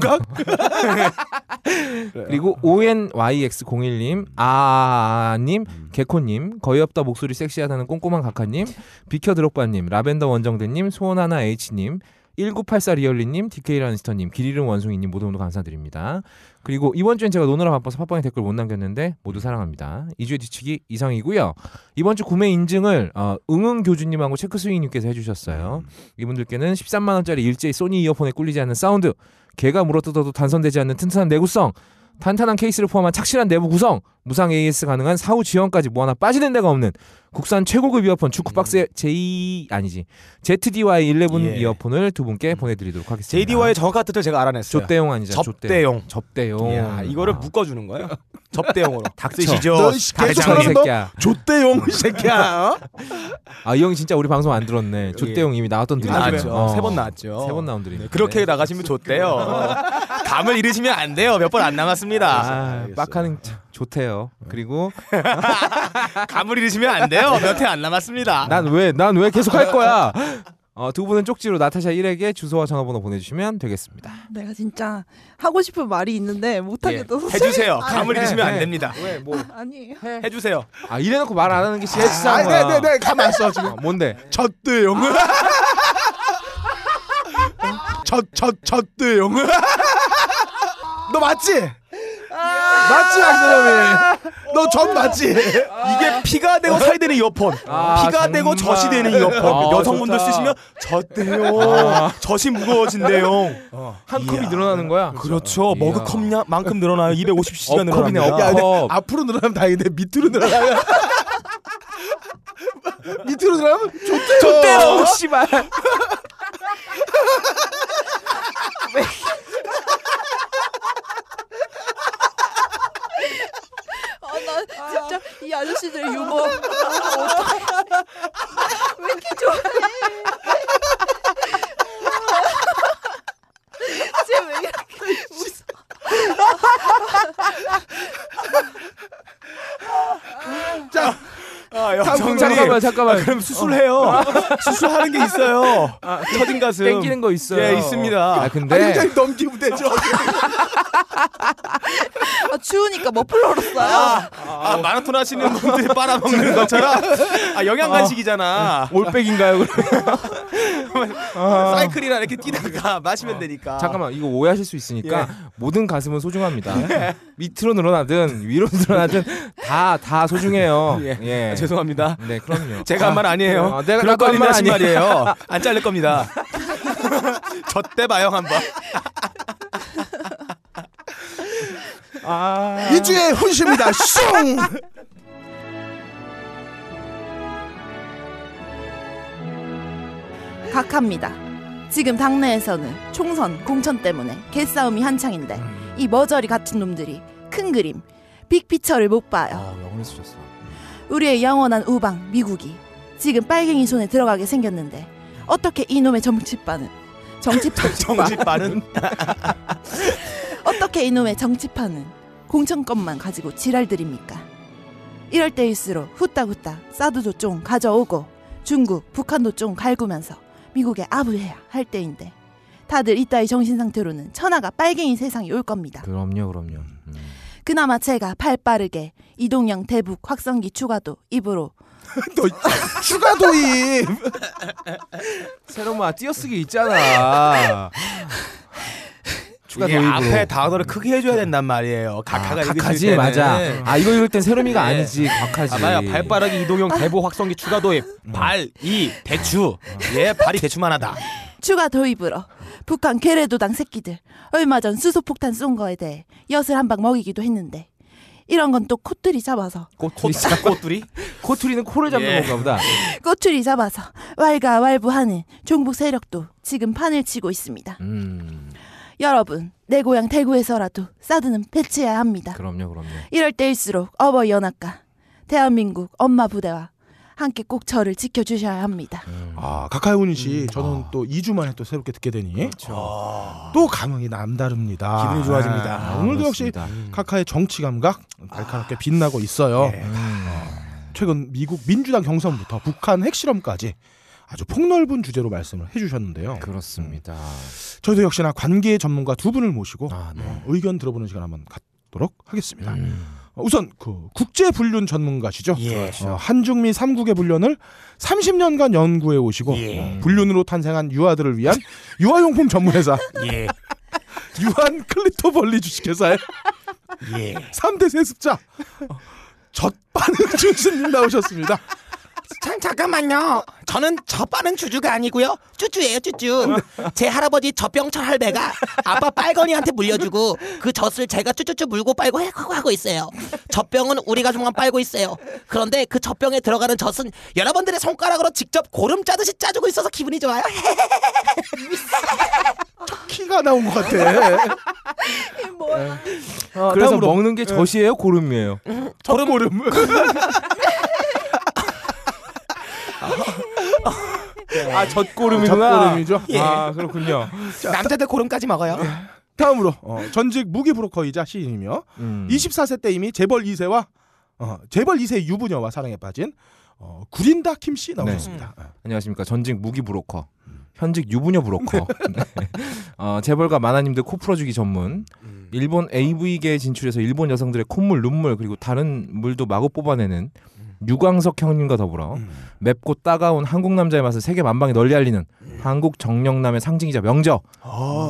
Speaker 3: 그리고 ONYX01님, 아님,
Speaker 4: 음.
Speaker 3: 개코님, 거의 없다 목소리 섹시하다는 꼼꼼한 각하님, 비켜 드록바님, 라벤더 원정대님, 소원하나 H님, 1984 리얼리님, DK 라니스터님, 길 잃은 원숭이님 모두 모두 감사드립니다. 그리고 이번 주엔 제가 노느라 바빠서 팟빵에 댓글 못 남겼는데 모두 사랑합니다. 2주의 뒤치기 이상이고요. 이번 주 구매 인증을 어, 응응 교주님하고 체크스윙님께서 해주셨어요. 이분들께는 13만 원짜리 일제히 소니 이어폰에 꿀리지 않는 사운드, 개가 물어뜯어도 단선되지 않는 튼튼한 내구성, 탄탄한 케이스를 포함한 착실한 내부 구성, 무상 AS 가능한 사후 지원까지 뭐 하나 빠지는 데가 없는 국산 최고급 이어폰 주크박스의 J 아니지 ZDY11
Speaker 4: 음. 예.
Speaker 3: 이어폰을 두 분께 보내드리도록 하겠습니다.
Speaker 4: JD와의 정확한 뜻을 제가 알아냈어요.
Speaker 3: 좆대용 아니죠?
Speaker 4: 접대용. 아.
Speaker 3: 접대용.
Speaker 4: 이야, 이거를
Speaker 3: 아.
Speaker 4: 묶어주는 거예요.
Speaker 3: <laughs>
Speaker 4: 접대용으로.
Speaker 2: 너
Speaker 4: 닥치시죠.
Speaker 2: 씨, 계속
Speaker 3: 닥쳐 이
Speaker 2: 사람 너-
Speaker 3: 새끼야.
Speaker 2: 좆대용 이 새끼야. 어?
Speaker 3: 아 이 형이 진짜 우리 방송 안 들었네. 좆대용 이미 나왔던 드림.
Speaker 4: 나왔죠. 아, 어. 세 번 나왔죠.
Speaker 3: 어. 세번 나온 드림.
Speaker 4: 그렇게 나가시면 좋대요. <laughs> 감을 잃으시면 안 돼요. 몇 번 안 남았습니다.
Speaker 3: 아, 빡하는 참 좋대요. 그리고
Speaker 4: 감을 잃으시면 안 돼요. 몇 회 안 남았습니다.
Speaker 3: 난 왜 난 왜 계속 할 거야? 어, 두 분은 쪽지로 나타샤 1에게 주소와 전화번호 보내주시면 되겠습니다.
Speaker 1: 내가 진짜 하고 싶은 말이 있는데
Speaker 4: 예,
Speaker 1: 못하게 또
Speaker 4: 해주세요. 감을
Speaker 3: 네,
Speaker 4: 잃으시면 안
Speaker 3: 네.
Speaker 4: 됩니다.
Speaker 3: 왜 뭐?
Speaker 1: <laughs> 아니에요.
Speaker 4: 해주세요.
Speaker 3: 아 이래놓고 말 안 하는 게 제일 치사한 거야.
Speaker 2: 네네네 가만 있어 지금.
Speaker 3: 어, 뭔데?
Speaker 2: 젖대용. 젖젖 젖대용. 너 맞지? 맞지 악세롬이. 너젖 맞지?
Speaker 4: 이게 피가 되고 살이 되는 이어폰.
Speaker 3: 아,
Speaker 4: 피가
Speaker 3: 정말.
Speaker 4: 되고 젖이 되는 이어폰.
Speaker 3: 아,
Speaker 4: 여성분들
Speaker 3: 좋다. 아.
Speaker 4: 쓰시면 젖대요. 젖이 무거워진대요.
Speaker 3: 한 컵이 늘어나는 거야.
Speaker 4: 그렇죠.
Speaker 3: 이야. <laughs>
Speaker 4: 머그컵만큼 늘어나요. 250cc가
Speaker 3: 업컵이네,
Speaker 4: 늘어납니다.
Speaker 3: 업컵.
Speaker 2: 야, 근데 앞으로 늘어나면 다행인데 밑으로 늘어나면 <laughs> 밑으로 들어가면 좋대요.
Speaker 4: 어?
Speaker 3: 좋대요 씨발
Speaker 1: 아나 진짜 이 아저씨들 유머 아, 어떡해. 왜 이렇게 좋아해? 쟤왜 이렇게 웃어?
Speaker 2: 자,
Speaker 4: 아,
Speaker 2: 다음
Speaker 4: 여성들이
Speaker 3: 잠깐만 잠깐만
Speaker 4: 아, 그럼 수술해요. 수술하는 게 있어요. 그 터진 가슴.
Speaker 3: 아, 땡기는 거 있어요
Speaker 4: 예, 있습니다.
Speaker 3: 아
Speaker 2: 아니
Speaker 3: 근데
Speaker 2: 그냥 넘기면 되죠.
Speaker 1: 아 추우니까 머플러로 써요.
Speaker 4: 아, 마라톤 하시는 분들이 <laughs> 빨아먹는 것처럼 아, 영양 간식이잖아.
Speaker 3: 올백인가요 그럼
Speaker 4: 어. 사이클이나 이렇게 뛰다가 마시면 되니까.
Speaker 3: 잠깐만 이거 오해하실 수
Speaker 4: 예.
Speaker 3: 있으니까 모든 가슴은
Speaker 4: <laughs>
Speaker 3: 소중합니다. 밑으로 늘어나든 위로 늘어나든 다 다 소중해요.
Speaker 4: <laughs> 예.
Speaker 3: 예.
Speaker 4: 아, 죄송합니다.
Speaker 3: 네 그럼요.
Speaker 4: 제가 한 말 아니에요.
Speaker 3: 아, 내가
Speaker 4: 그럴
Speaker 3: 나도 한말
Speaker 4: 거리는 하신
Speaker 3: 아니에요.
Speaker 4: 말이에요. 안 잘릴 겁니다. <laughs> 저때 봐요 한번.
Speaker 3: 아...
Speaker 2: 이주의 훈시입니다. 슝.
Speaker 1: 각합니다. 지금 당내에서는 총선, 공천 때문에 개싸움이 한창인데 이 머저리 같은 놈들이 큰 그림, 빅피처를 못 봐요.
Speaker 3: 아 영혼을 쓰셨어.
Speaker 1: 우리의 영원한 우방 미국이 지금 빨갱이 손에 들어가게 생겼는데 어떻게 이놈의 정치판은 <laughs> 정치판
Speaker 4: 정지빠는
Speaker 1: 어떻게 이놈의 정치판은 공천권만 가지고 지랄들입니까? 이럴 때일수록 후딱후딱 사드도 좀 가져오고 중국, 북한도 좀 갈구면서 미국에 아부해야 할 때인데 다들 이따위 정신 상태로는 천하가 빨갱이 세상이 올 겁니다.
Speaker 3: 그럼요 그럼요. 음.
Speaker 1: 그나마 제가 발 빠르게 이동영 대북 확성기 추가도 입으로
Speaker 2: 추가 도입.
Speaker 3: 새로만 띄어쓰기 있잖아. 추가
Speaker 4: 이게
Speaker 3: 도입으로.
Speaker 4: 앞에 단어를 크게 해줘야 된단 말이에요.
Speaker 3: 아,
Speaker 4: 각하가 읽으실
Speaker 3: 각하지
Speaker 4: 때는.
Speaker 3: 맞아. 아 이거 읽을 땐 새롬이가
Speaker 4: 예. 음.
Speaker 3: 아니지 각하지.
Speaker 4: 아, 맞아. 발빠르기 이동형 대보 확성기 추가 도입. 발, 이, 대추. 예, 발이 대추만하다.
Speaker 1: 추가 도입으로 북한 괴뢰도당 새끼들 얼마 전 수소폭탄 쏜 거에 대해 엿을 한 방 먹이기도 했는데 이런 건 또 코뜰이 잡아서
Speaker 3: 꼬투리.
Speaker 4: 콧- 꽃두리?
Speaker 3: 꼬투리는 코를 잡는
Speaker 4: 예.
Speaker 3: 건가
Speaker 4: <laughs>
Speaker 3: 보다.
Speaker 1: 꼬투리 잡아서 왈가왈부하는 종북 세력도 지금 판을 치고 있습니다.
Speaker 3: 음
Speaker 1: 여러분 내 고향 대구에서라도 사드는 배치해야 합니다.
Speaker 3: 그럼요 그럼요.
Speaker 1: 이럴 때일수록 어버이 연합과 대한민국 엄마 부대와 함께 꼭 저를 지켜주셔야 합니다.
Speaker 2: 아, 가카이훈 씨, 저는 또 2주 만에 또 새롭게 듣게 되니 또 감흥이 남다릅니다.
Speaker 4: 기분이 좋아집니다.
Speaker 2: 아,
Speaker 3: 아,
Speaker 2: 그렇죠. 오늘도 역시
Speaker 3: 그렇습니다.
Speaker 2: 카카의 정치 감각 발카롭게 빛나고 있어요. 음. 최근 미국 민주당 경선부터 북한 핵실험까지 아주 폭넓은 주제로 말씀을 해주셨는데요.
Speaker 3: 그렇습니다.
Speaker 4: 음.
Speaker 2: 저희도 역시나 관계 전문가 두 분을 모시고
Speaker 3: 아 네.
Speaker 2: 어, 의견 들어보는 시간 한번 갖도록 하겠습니다. 어, 우선 그 국제 분륜 전문가시죠.
Speaker 4: 예.
Speaker 2: 어, 한중미 삼국의 분륜을 30년간 연구해 오시고
Speaker 4: 예.
Speaker 2: 어, 분륜으로 탄생한 유아들을 위한 유아용품 전문회사
Speaker 4: 예.
Speaker 2: 유한 클리토 벌리 주식회사의
Speaker 4: 예.
Speaker 2: 3대 세습자 어, 젖바늘 <laughs> 주신님 나오셨습니다.
Speaker 4: 참 잠깐만요. 저는 젖바는 주주가 아니고요. 쭈쭈예요, 쭈쭈. 제 할아버지 젖병철 할배가 아빠 빨건이한테 물려주고 그 젖을 제가 쭈쭈쭈 물고 빨고 하고 하고 있어요. 젖병은 우리가 좀만 빨고 있어요. 그런데 그 젖병에 들어가는 젖은 여러분들의 손가락으로 직접 고름 짜듯이 짜주고 있어서 기분이 좋아요.
Speaker 2: 키가 나온 것 같아.
Speaker 4: 어,
Speaker 3: 그래서
Speaker 2: 다음으로.
Speaker 3: 먹는
Speaker 4: 예.
Speaker 3: 게 젖이에요, 고름이에요.
Speaker 2: 젖고름.
Speaker 3: 아 젖고름이구나.
Speaker 2: 젖고름이죠.
Speaker 3: 아 그렇군요.
Speaker 4: 남자들 고름까지 먹어요.
Speaker 2: 다음으로 어, 전직 무기 브로커이자 시인이며
Speaker 3: 음.
Speaker 2: 24세 때 이미 재벌 2세와 어, 재벌 2세 유부녀와 사랑에 빠진 어, 구린다 김 씨 나오셨습니다.
Speaker 3: 안녕하십니까 전직 무기 브로커, 현직 유부녀 <laughs> 브로커, 네. 어, 재벌가 마나님들 코 풀어주기 전문, 일본 AV계에 진출해서 일본 여성들의 콧물, 눈물 그리고 다른 물도 마구 뽑아내는 유광석 형님과 더불어 맵고 따가운 한국 남자의 맛을 세계 만방에 널리 알리는 한국 정령남의 상징이자 명저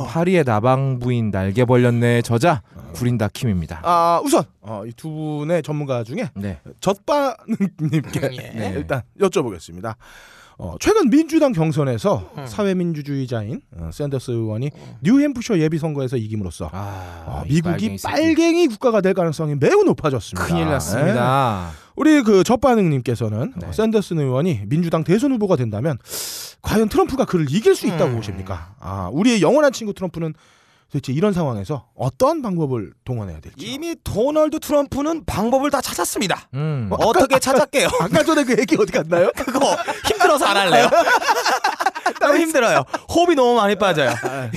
Speaker 3: 파리의 나방 부인 날개 벌렸네 저자 구린다 킴입니다.
Speaker 2: 아 우선 어, 이 두 분의 전문가 중에
Speaker 3: 네.
Speaker 2: 젖바님께
Speaker 3: 네.
Speaker 2: 일단 여쭤보겠습니다. 어, 최근 민주당 경선에서 사회민주주의자인 어, 샌더스 의원이 뉴햄프셔 예비선거에서
Speaker 3: 아,
Speaker 2: 이김으로써 어, 미국이 빨갱이 국가가 될 가능성이 매우 높아졌습니다.
Speaker 3: 큰일
Speaker 2: 예.
Speaker 3: 났습니다.
Speaker 2: 우리 그 첫반응님께서는
Speaker 3: 네.
Speaker 2: 어, 샌더슨 의원이 민주당 대선 후보가 된다면 과연 트럼프가 그를 이길 수 있다고 보십니까? 아, 우리의 영원한 친구 트럼프는 도대체 이런 상황에서 어떠한 방법을 동원해야 될지.
Speaker 4: 이미 도널드 트럼프는 방법을 다 찾았습니다.
Speaker 3: 음.
Speaker 4: 어떻게 <laughs> 찾았게요?
Speaker 2: 아까 전에 그 얘기
Speaker 4: <laughs>
Speaker 2: 어디 갔나요?
Speaker 4: 그거 힘들어서 안 할래요. <laughs> 너무 힘들어요. 호흡이 너무 많이 빠져요.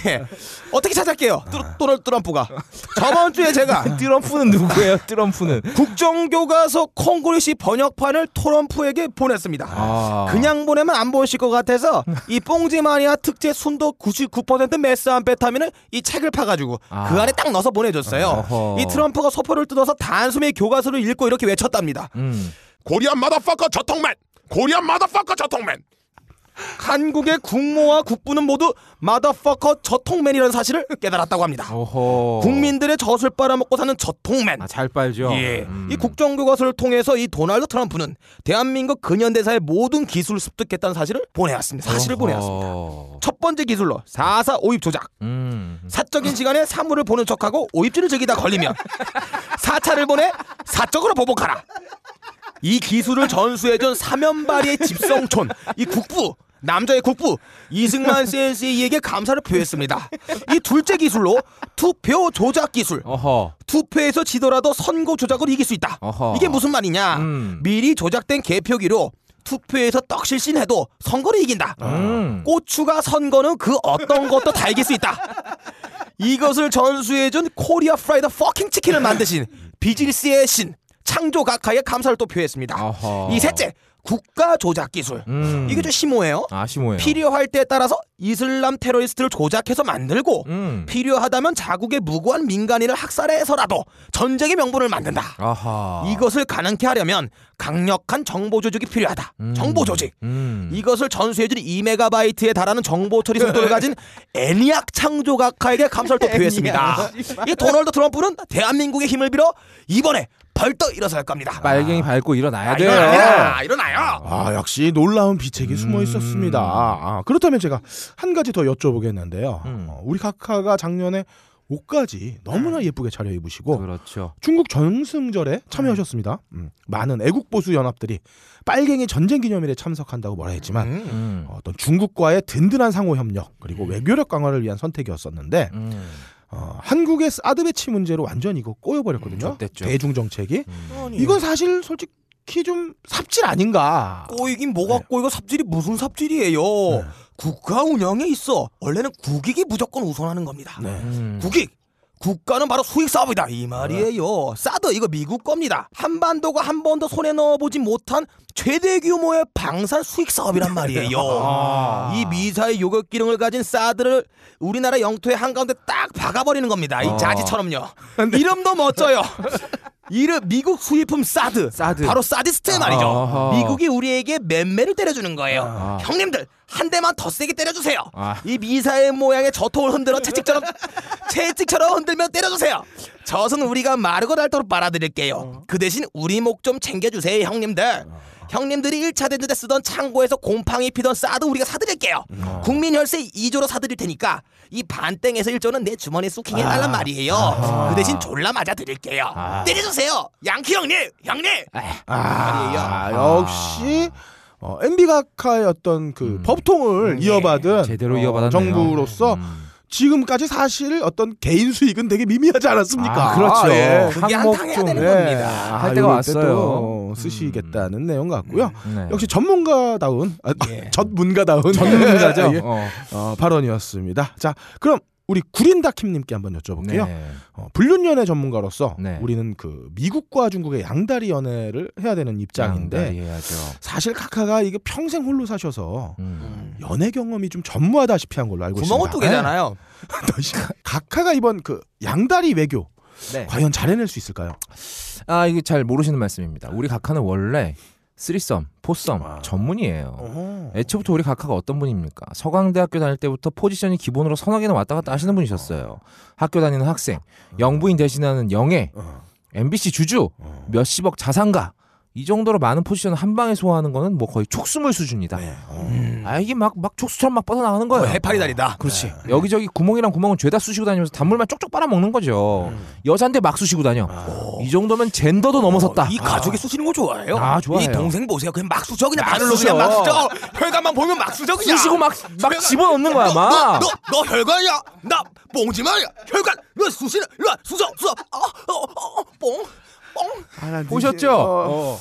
Speaker 4: 예. 어떻게 찾았게요? 도널드 트럼프가 저번 주에 <laughs> 제가
Speaker 3: 트럼프는 누구예요? 트럼프는
Speaker 4: 국정교과서 콩고리시 번역판을 트럼프에게 보냈습니다.
Speaker 3: <laughs> 아.
Speaker 4: 그냥 보내면 안 보실 것
Speaker 3: <laughs>
Speaker 4: 같아서 이 뽕지마니아 특제 순도 99% 메스암페타민을 이 책을 파가지고
Speaker 3: 아.
Speaker 4: 그 안에 딱 넣어서 보내줬어요.
Speaker 3: 어허.
Speaker 4: 이 트럼프가 서포를 뜯어서 단숨에 교과서를 읽고 이렇게 외쳤답니다.
Speaker 3: 음.
Speaker 7: 코리안 마더파커 저통맨 코리안 마더파커 저통맨
Speaker 4: 한국의 국모와 국부는 모두 마더퍼커 저통맨이라는 사실을 깨달았다고 합니다.
Speaker 3: 어허.
Speaker 4: 국민들의 젖을 빨아먹고 사는 저통맨.
Speaker 3: 아, 잘 빨죠.
Speaker 4: 예.
Speaker 3: 음.
Speaker 4: 이 국정교과서를 통해서 이 도널드 트럼프는 대한민국 근현대사의 모든 기술을 습득했다는 사실을 보내왔습니다. 사실을
Speaker 3: 어허.
Speaker 4: 보내왔습니다. 첫 번째 기술로 4.4 오입 조작.
Speaker 3: 음.
Speaker 4: 사적인 시간에 사물을 보는 척하고 오입지를 즐기다
Speaker 3: <laughs>
Speaker 4: 걸리면 사찰을 보내 사적으로 보복하라. 이 기술을 전수해준 사면발이의 집성촌 이 국부 남자의 국부 이승만 CNC에게 감사를 표했습니다. 이 둘째 기술로 투표 조작 기술
Speaker 3: 어허.
Speaker 4: 투표에서 지더라도 선거 조작을 이길 수 있다.
Speaker 3: 어허.
Speaker 4: 이게 무슨 말이냐?
Speaker 3: 음.
Speaker 4: 미리 조작된 개표기로 투표에서 떡실신해도 선거를 이긴다.
Speaker 3: 음.
Speaker 4: 고추가 선거는 그 어떤 것도 다 이길 수 있다. 이것을 전수해준 코리아 프라이드 퍼킹 치킨을 만드신 비즈니스의 신 창조 각하에 감사를 또 표했습니다.
Speaker 3: 어허.
Speaker 4: 이 셋째 국가 조작 기술
Speaker 3: 음.
Speaker 4: 이게 좀 심오해요.
Speaker 3: 아쉬워요.
Speaker 4: 필요할 때에 따라서 이슬람 테러리스트를 조작해서 만들고
Speaker 3: 음.
Speaker 4: 필요하다면 자국의 무고한 민간인을 학살해서라도 전쟁의 명분을 만든다.
Speaker 3: 아하.
Speaker 4: 이것을 가능케 하려면 강력한 정보 조직이 필요하다.
Speaker 3: 음.
Speaker 4: 정보 조직.
Speaker 3: 음.
Speaker 4: 이것을 전수해준 2메가바이트에 달하는 정보 처리 속도를
Speaker 3: 네.
Speaker 4: 가진 애니악 창조각화에게
Speaker 3: <laughs>
Speaker 4: 감사를 또 표했습니다. 이 도널드 트럼프는 대한민국의 힘을 빌어 이번에 벌떡 일어설 겁니다. 아,
Speaker 3: 빨갱이 밟고 아. 일어나야 돼요.
Speaker 4: 일어나라, 일어나요.
Speaker 2: 아, 역시 놀라운 비책이 숨어 있었습니다. 아, 그렇다면 제가 한 가지 더 여쭤보겠는데요.
Speaker 3: 음.
Speaker 2: 어, 우리 카카가 작년에 옷까지 너무나 예쁘게 차려입으시고
Speaker 3: 그렇죠.
Speaker 2: 중국 전승절에 참여하셨습니다. 음, 많은 애국 보수 연합들이 빨갱이 전쟁 기념일에 참석한다고 뭐라 했지만
Speaker 3: 음.
Speaker 2: 어떤 중국과의 든든한 상호 협력 그리고 외교력 강화를 위한 선택이었었는데
Speaker 3: 음.
Speaker 2: 어, 한국의 사드 배치 문제로 완전히 이거 꼬여버렸거든요.
Speaker 3: 음, 좆됐죠. 음.
Speaker 2: 대중 정책이
Speaker 4: 아니,
Speaker 2: 이건 사실 솔직히 좀 삽질 아닌가.
Speaker 3: 음.
Speaker 4: 어, 꼬이긴 뭐가
Speaker 2: 네.
Speaker 4: 꼬이고 삽질이 무슨 삽질이에요. 국가 운영에 있어 원래는 국익이 무조건 우선하는 겁니다.
Speaker 2: 네.
Speaker 3: 음.
Speaker 4: 국익 국가는 바로 수익 사업이다 이 말이에요. 사드 이거 미국 겁니다. 한반도가 한 번도 손에 넣어보지 못한 최대 규모의 방산 수익 사업이란 말이에요.
Speaker 3: 아.
Speaker 4: 이 미사일 요격 기능을 가진 사드를 우리나라 영토의 한가운데 딱 박아버리는 겁니다. 이
Speaker 3: 어.
Speaker 4: 자지처럼요. 이름도 멋져요. 이름 미국 수입품 사드.
Speaker 3: 사드.
Speaker 4: 바로 사디스트의 말이죠.
Speaker 3: 어허.
Speaker 4: 미국이 우리에게 맴매를 때려주는 거예요.
Speaker 3: 아.
Speaker 4: 형님들 한 대만 더 세게 때려주세요.
Speaker 3: 아.
Speaker 4: 이 미사일 모양의 저통을 흔들어 채찍처럼
Speaker 3: <laughs>
Speaker 4: 채찍처럼 흔들면 때려주세요. 젖은 우리가 마르고 닳도록
Speaker 3: 어.
Speaker 4: 빨아드릴게요. 그 대신 우리 목 좀 챙겨주세요, 형님들. 형님들이 1차 대전 때 쓰던 창고에서 곰팡이 피던 싸도 우리가 사드릴게요.
Speaker 3: 음. 어.
Speaker 4: 국민 혈세 2조로 사드릴 테니까 이 반땡에서 1조는 내 주머니에 쑥히게
Speaker 3: 아.
Speaker 4: 해달란 말이에요. 그 대신 졸라 맞아 드릴게요. 때려주세요, 양키 형님, 형님.
Speaker 2: 아, 역시 어, MB 각하의 어떤 그 법통을 이어받은
Speaker 3: 음. 제대로
Speaker 2: 어,
Speaker 3: 이어받았네요.
Speaker 2: 정부로서
Speaker 3: 음.
Speaker 2: 지금까지 사실 어떤 개인 수익은 되게 미미하지 않았습니까?
Speaker 3: 아, 그렇죠.
Speaker 2: 예.
Speaker 4: 그게
Speaker 3: 항목
Speaker 4: 한탕해야
Speaker 3: 좀,
Speaker 4: 되는
Speaker 3: 예.
Speaker 4: 겁니다.
Speaker 2: 아,
Speaker 3: 할 때가
Speaker 2: 이럴 때
Speaker 3: 왔어요. 음.
Speaker 2: 또 쓰시겠다는 내용 같고요.
Speaker 3: 네.
Speaker 2: 역시 <laughs> 전문가다운 아,
Speaker 4: 예.
Speaker 2: 전문가다운
Speaker 3: 전문가죠. <laughs>
Speaker 2: 예.
Speaker 3: 어.
Speaker 2: <laughs> 어, 발언이었습니다. 자, 그럼 우리 구린다킴님께 한번 여쭤볼게요.
Speaker 3: 네.
Speaker 2: 어, 불륜 연애 전문가로서
Speaker 3: 네.
Speaker 2: 우리는 그 미국과 중국의 양다리 연애를 해야 되는 입장인데
Speaker 3: 양다리 해야죠.
Speaker 2: 사실 카카가 이게 평생 홀로 사셔서
Speaker 3: 음.
Speaker 2: 연애 경험이 좀 전무하다시피 한 걸로 알고
Speaker 4: 구멍은
Speaker 2: 있습니다.
Speaker 4: 뚜개잖아요.
Speaker 2: <laughs> 각하가 이번 그 양다리 외교
Speaker 3: 네.
Speaker 2: 과연 잘해낼 수 있을까요?
Speaker 3: 아 이게 잘 모르시는 말씀입니다. 우리 각하는 원래 쓰리썸, 포썸 전문이에요.
Speaker 2: 어,
Speaker 3: 애초부터 우리 각하가 어떤 분입니까? 서강대학교 다닐 때부터 포지션이 기본으로 서너 개는 왔다 갔다 하시는 분이셨어요. 학교 다니는 학생, 영부인 대신하는 영애, MBC 주주, 몇십억 자산가, 이 정도로 많은 포지션을 한 방에 소화하는 거는 뭐 거의 촉수물 수준이다. 아 이게 막 막 촉수처럼 막 뻗어나가는 거예요.
Speaker 4: 해파리 다리다.
Speaker 3: 그렇지. 여기저기 구멍이랑 구멍은 죄다 쑤시고 다니면서 단물만 쪽쪽 빨아먹는 거죠. 여잔데 막 쑤시고 다녀. 이 정도면 젠더도 넘어섰다.
Speaker 8: 이 가족이 쑤시는 거 좋아해요.
Speaker 3: 아, 좋아해요.
Speaker 8: 이 동생 보세요. 그냥 막 쑤셔 그냥
Speaker 4: 막
Speaker 8: 바늘로
Speaker 4: 수저.
Speaker 8: 그냥
Speaker 4: 그냥
Speaker 8: 막
Speaker 4: 막
Speaker 8: 쑤셔. 어,
Speaker 4: 수저. 혈관만 보면 막 수저 그냥.
Speaker 3: 쑤시고 막, 막 집어넣는 거야,
Speaker 8: 너,
Speaker 3: 막.
Speaker 8: 너, 너 혈관이야. 나 뽕지마야. 혈관. 너 쑤시는. 너 쑤셔 쑤셔. 아, 어, 어, 어, 뽕. 뽕.
Speaker 3: 보셨죠? 어.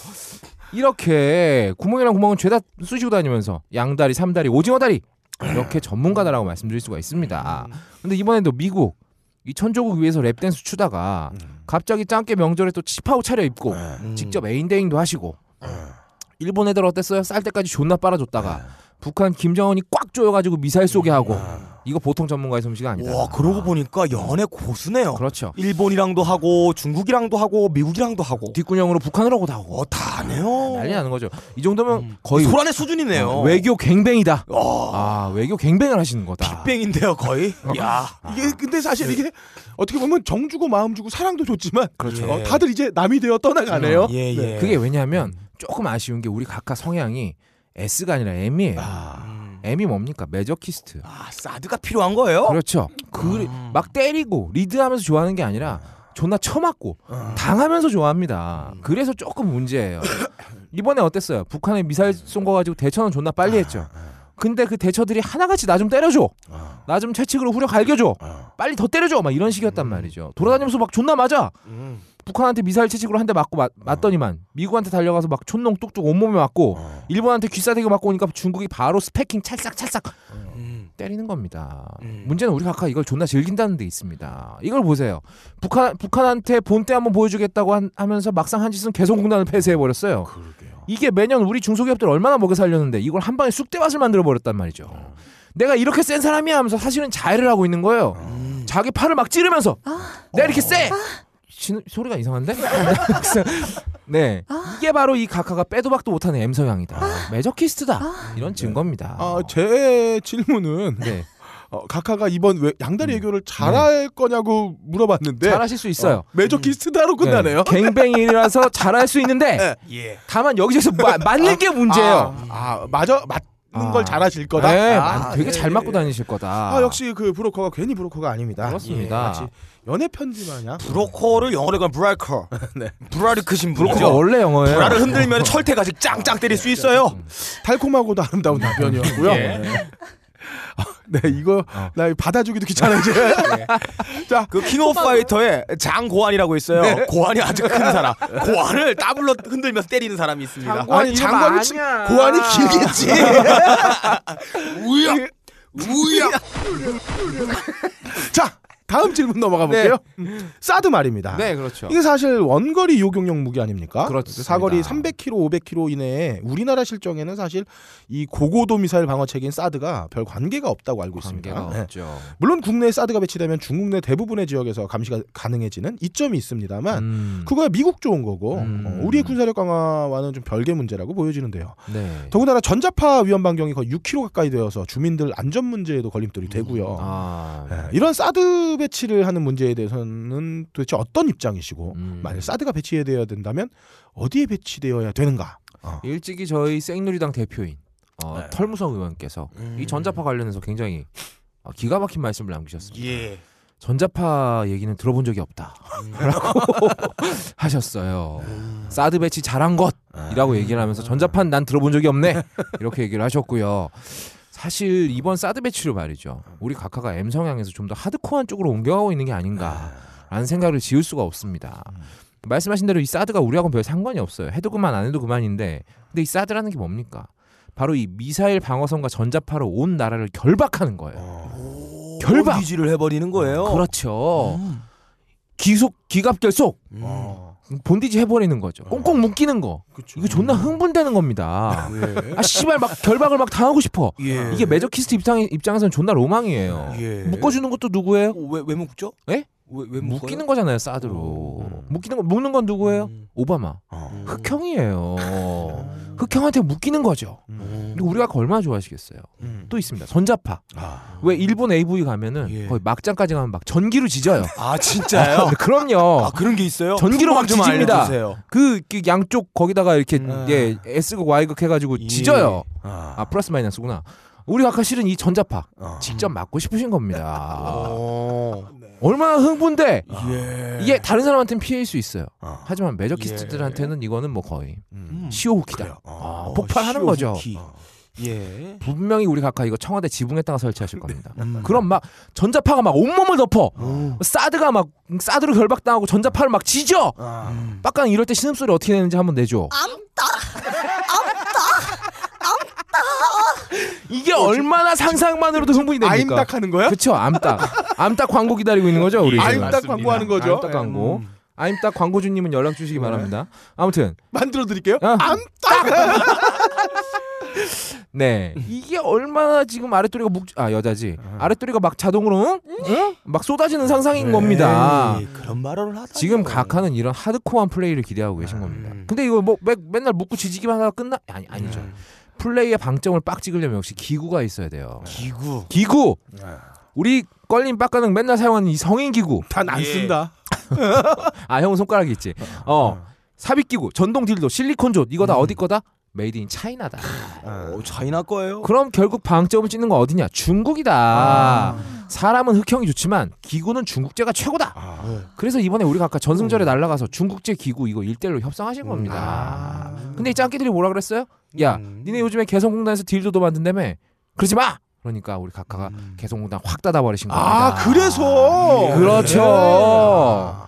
Speaker 3: 이렇게 구멍이랑 구멍은 죄다 쑤시고 다니면서 양다리, 삼다리, 오징어다리 이렇게 전문가다라고 말씀드릴 수가 있습니다.
Speaker 8: 음.
Speaker 3: 근데 이번에도 미국 이 천조국 위해서 랩댄스 추다가
Speaker 8: 음.
Speaker 3: 갑자기 짱깨 명절에 또 치파오 차려입고 네, 직접 애인데잉도 하시고
Speaker 8: 음.
Speaker 3: 일본 애들 어땠어요? 쌀 때까지 존나 빨아줬다가 북한 김정은이 꽉 조여가지고 미사일 쏘게 하고 이거 보통 전문가의 솜씨가 아니다.
Speaker 8: 음. 와 그러고 보니까 연애 고수네요.
Speaker 3: 그렇죠.
Speaker 8: 일본이랑도 하고 중국이랑도 하고 미국이랑도 하고.
Speaker 3: 뒷구녕으로 북한으로 오고 다오고
Speaker 8: 어 다네요. 음.
Speaker 3: 난리 나는 거죠. 이 정도면 거의 어,
Speaker 8: 소란의 수준이네요.
Speaker 3: 아, 외교 갱뱅이다. 아 외교 갱뱅을 하시는 거다.
Speaker 8: 어. 아. 빅뱅인데요 거의.
Speaker 3: 아.
Speaker 8: 야.
Speaker 2: 이게 근데 사실 이게 어떻게 보면 정주고 마음 주고 사랑도 줬지만
Speaker 8: 그렇죠.
Speaker 2: 어, 다들 이제 남이 되어 떠나가네요.
Speaker 8: 예 예.
Speaker 3: 그게 왜냐하면 조금 아쉬운 게 우리 각각 성향이 S가 아니라 M이에요. M이 뭡니까 매저키스트.
Speaker 8: 아 사드가 필요한 거예요.
Speaker 3: 음. 그렇죠. 그 막 때리고 리드하면서 좋아하는 게 아니라 존나 쳐맞고 당하면서 좋아합니다. 그래서 조금 문제예요. 이번에 어땠어요? 북한에 미사일 쏜 거 가지고 대처는 존나 빨리 했죠. 근데 그 대처들이 하나같이 나 좀 때려줘. 나 좀 채찍으로 후려 갈겨줘. 빨리 더 때려줘. 막 이런 식이었단 말이죠. 돌아다니면서 막 존나 맞아. 북한한테 미사일 채찍으로 한 대 맞고 맞, 맞더니만 미국한테 달려가서 막 촌농 뚝뚝 온몸에 맞고 일본한테 귀싸대기 맞고 오니까 중국이 바로 스패킹 찰싹찰싹
Speaker 8: 음.
Speaker 3: 때리는 겁니다.
Speaker 2: 음.
Speaker 3: 문제는 우리 각하 이걸 존나 즐긴다는 데 있습니다. 이걸 보세요. 북한 북한한테 본때 한번 보여주겠다고 한- 하면서 막상 한 짓은 개성공단을 폐쇄해 버렸어요. 이게 매년 우리 중소기업들 얼마나 먹여 살렸는데 이걸 한 방에 쑥대밭을 만들어 버렸단 말이죠.
Speaker 2: 음.
Speaker 3: 내가 이렇게 센 사람이야 하면서 사실은 자해를 하고 있는 거예요.
Speaker 2: 음.
Speaker 3: 자기 팔을 막 찌르면서 내가 이렇게 세. 신- 소리가 이상한데? <laughs> 네, 이게 바로 이 각하가 빼도 박도 못하는 M 성향이다. 매저키스트다. 이런 증거입니다.
Speaker 2: 아, 제 질문은
Speaker 3: 네.
Speaker 2: 어, 각하가 이번 왜 양다리 애교를 잘할 거냐고 물어봤는데
Speaker 3: 잘하실 수 있어요.
Speaker 2: 매저 키스다로 음. 끝나네요. 네.
Speaker 3: 네. 갱뱅이라서 잘할 수 있는데
Speaker 4: 예.
Speaker 3: 다만 여기서 마, 맞는 게 문제예요.
Speaker 2: 아, 아, 맞아 맞는
Speaker 3: 아.
Speaker 2: 걸 잘하실 거다.
Speaker 3: 네,
Speaker 2: 아,
Speaker 3: 맞- 되게
Speaker 2: 예,
Speaker 3: 잘
Speaker 2: 예,
Speaker 3: 맞고
Speaker 2: 예.
Speaker 3: 다니실 거다.
Speaker 2: 아, 역시 그 브로커가 괜히 브로커가 아닙니다.
Speaker 3: 그렇습니다.
Speaker 2: 예, 마치 연애 편지 마냥
Speaker 8: 브로커를 영어로 그냥 브라커.
Speaker 2: 네.
Speaker 8: 브라르크신
Speaker 3: 브로커가
Speaker 8: 분이죠.
Speaker 3: 원래 영어예요. 네.
Speaker 8: 브라를 흔들면 철퇴가 지 짱짱 때릴 수 있어요.
Speaker 2: 달콤하고도 아름다운 답변이었고요.
Speaker 4: 예.
Speaker 2: 네. 아, 네, 이거
Speaker 3: 어.
Speaker 2: 나 이거 받아주기도 귀찮아 이제.
Speaker 8: <laughs>
Speaker 2: 자,
Speaker 8: 그 킹 오브 파이터에 장고환이라고 있어요. 고환이 아주 큰 사람. 고환을 더블로 흔들면서 때리는 사람이 있습니다.
Speaker 2: 고환이 장관이 치- 고환이 길겠지.
Speaker 7: 우야
Speaker 8: <laughs>
Speaker 7: 우야
Speaker 2: 자, 다음 질문 넘어가 볼게요. 음, 사드 말입니다.
Speaker 3: 네, 그렇죠.
Speaker 2: 이게 사실 원거리 요격용 무기 아닙니까?
Speaker 3: 그렇습니다.
Speaker 2: 사거리 300km, 500km 이내에 우리나라 실정에는 사실 이 고고도 미사일 방어 체계인 사드가 별 관계가 없다고 알고
Speaker 3: 관계가
Speaker 2: 있습니다. 네.
Speaker 3: 없죠.
Speaker 2: 물론 국내에 사드가 배치되면 중국 내 대부분의 지역에서 감시가 가능해지는 이점이 있습니다만
Speaker 3: 음,
Speaker 2: 네. 그거야 미국 좋은 거고
Speaker 3: 음.
Speaker 2: 어, 우리의 군사력 강화와는 좀 별개 문제라고 보여지는데요.
Speaker 3: 네.
Speaker 2: 더군다나 전자파 위험 반경이 거의 6km 가까이 되어서 주민들 안전 문제에도 걸림돌이 되고요.
Speaker 3: 아,
Speaker 2: 예, 이런 사드 배치를 하는 문제에 대해서는 도대체 어떤 입장이시고
Speaker 3: 음.
Speaker 2: 만약 사드가 배치되어야 된다면 어디에 배치되어야 되는가? 어.
Speaker 3: 일찍이 저희 생누리당 대표인 어,
Speaker 2: 네.
Speaker 3: 털무성 의원께서
Speaker 2: 음.
Speaker 3: 이 전자파 관련해서 굉장히 어, 기가 막힌 말씀을 남기셨습니다.
Speaker 4: 예.
Speaker 3: 전자파 얘기는 들어본 적이 <laughs> 없다라고 하셨어요. 사드 배치 잘한 것이라고 얘기를 하면서 전자파 난 들어본 적이 없네 이렇게 얘기를 하셨고요. 사실 이번 사드 배치로 말이죠. 우리 각하가 M 성향에서 좀 더 하드코어한 쪽으로 옮겨가고 있는 게 아닌가라는 생각을 지울 수가 없습니다. 말씀하신 대로 이 사드가 우리하고는 별 상관이 없어요. 해도 그만 안 해도 그만인데 근데 이 사드라는 게 뭡니까? 바로 이 미사일 방어선과 전자파로 온 나라를 결박하는 거예요. 결박.
Speaker 8: 위지를 해버리는 거예요.
Speaker 3: 그렇죠.
Speaker 8: 음.
Speaker 3: 기속 기갑결속 본디지 해버리는
Speaker 8: 어.
Speaker 3: 거죠. 꽁꽁 묶이는 거. 이거 존나 흥분되는 겁니다.
Speaker 8: <laughs>
Speaker 3: 아 씨발 막 결박을 막 당하고 싶어.
Speaker 8: 예.
Speaker 3: 이게 매저키스트 입장 입장에서는 존나 로망이에요.
Speaker 8: 예.
Speaker 3: 묶어주는 것도 누구예요?
Speaker 8: 왜, 왜 묶죠?
Speaker 3: 예?
Speaker 8: 왜, 왜 묶어요?
Speaker 3: 묶이는 거잖아요 사드로 묶이는 거 묶는 건 누구예요?
Speaker 8: 음.
Speaker 3: 오바마
Speaker 8: 음.
Speaker 3: 흑형이에요 흑형한테 묶이는 거죠
Speaker 8: 음.
Speaker 3: 근데 우리가 얼마나 좋아하시겠어요
Speaker 8: 음.
Speaker 3: 또 있습니다 전자파
Speaker 8: 아.
Speaker 3: 왜 일본 AV 가면은
Speaker 8: 예.
Speaker 3: 거의 막장까지 가면 막 전기로
Speaker 8: <laughs>
Speaker 3: 지져요 <laughs>
Speaker 4: 아 진짜요?
Speaker 3: 네, 그럼요
Speaker 4: 아 그런 게 있어요?
Speaker 3: 전기로
Speaker 4: 풍광
Speaker 3: 막 지집니다.
Speaker 4: 알려주세요.
Speaker 3: 그, 그 양쪽 거기다가 이렇게
Speaker 8: 음.
Speaker 3: 예, S극 Y극 해가지고
Speaker 8: 예.
Speaker 3: 지져요
Speaker 8: 아.
Speaker 3: 아 플러스 마이너스구나 우리 아까 실은 이 전자파
Speaker 8: 어.
Speaker 3: 직접 맞고 싶으신 겁니다
Speaker 8: 어.
Speaker 3: 얼마나 흥분돼
Speaker 8: 예.
Speaker 3: 이게 다른 사람한테는 피해일 수 있어요
Speaker 8: 아. 예.
Speaker 3: 하지만 매저키스트들한테는 이거는 뭐 거의
Speaker 8: 음.
Speaker 3: 시오호키다.
Speaker 8: 어.
Speaker 3: 아, 폭발하는 거죠.
Speaker 8: 시오후키.
Speaker 4: 예.
Speaker 3: 분명히 우리 각하 이거 청와대 지붕에다가 설치하실 겁니다.
Speaker 2: 음. 네.
Speaker 3: 그럼 막 전자파가 막 온몸을 덮어. 사드가 막 사드로 결박당하고 전자파를 막 지져.
Speaker 2: 아. 음.
Speaker 3: 빡강 이럴 때 신음소리 어떻게 내는지 한번 내줘. 암따, 암따, 암따.
Speaker 2: 어,
Speaker 3: 이게 얼마나 상상만으로도 흥분이 됩니까?
Speaker 2: 아임닭 하는 거야?
Speaker 3: 그쵸 암따. 암따 광고 기다리고 있는 거죠 우리. 지금?
Speaker 2: 아임닭 광고하는 거죠? 음.
Speaker 3: 암따 광고. 아임따 광고주님은 연락 주시기 바랍니다. 아무튼
Speaker 2: 예, 만들어 드릴게요.
Speaker 3: 아.
Speaker 2: 암딱.
Speaker 3: 네. <laughs> 이게 얼마나 지금 아랫도리가 묵, 아, 여자지. 아랫도리가 막 자동으로, 응? 응? 막 쏟아지는
Speaker 2: 네.
Speaker 3: 상상인 겁니다.
Speaker 8: 에이, 그런 말을 하다.
Speaker 4: 네.
Speaker 3: 지금 각하는 이런 하드코어한 플레이를 기대하고
Speaker 2: 아.
Speaker 3: 계신 겁니다. 근데 이거 뭐 매- 맨날 묻고 지지기만 하다가 끝나? 아니, 아니죠.
Speaker 2: 네.
Speaker 3: 플레이의 방점을 빡 찍으려면 역시 기구가 있어야 돼요.
Speaker 2: 네.
Speaker 4: 기구.
Speaker 3: 기구! 우리 껄린 빡가는 맨날 사용하는 이 성인 기구.
Speaker 2: 단안
Speaker 4: 예.
Speaker 2: 쓴다.
Speaker 3: 아, 형은 손가락이 있지. 어. 삽입 기구, 전동 딜도, 실리콘 존.
Speaker 2: 음.
Speaker 3: 이거 다 어디 거다? 메이드 인 차이나다.
Speaker 2: 아.
Speaker 8: 어, 차이나 거예요.
Speaker 3: 그럼 결국 방점을 찍는 건 어디냐? 중국이다.
Speaker 2: 아.
Speaker 3: 사람은 흑형이 좋지만 기구는 중국제가 최고다.
Speaker 2: 아.
Speaker 3: 그래서 이번에 우리가 아까
Speaker 2: 음.
Speaker 3: 전승절에 날라가서 중국제 기구 이거 일대일로 협상하신 겁니다.
Speaker 2: 아.
Speaker 3: 근데 이 짱끼들이 뭐라 그랬어요? 야,
Speaker 2: 음.
Speaker 3: 니네 요즘에 개성공단에서 딜도도 만든다며? 그러지 마! 그러니까 우리 각하가 개성공단 확 닫아버리신 겁니다.
Speaker 2: 음. 아, 그래서
Speaker 3: 그렇죠.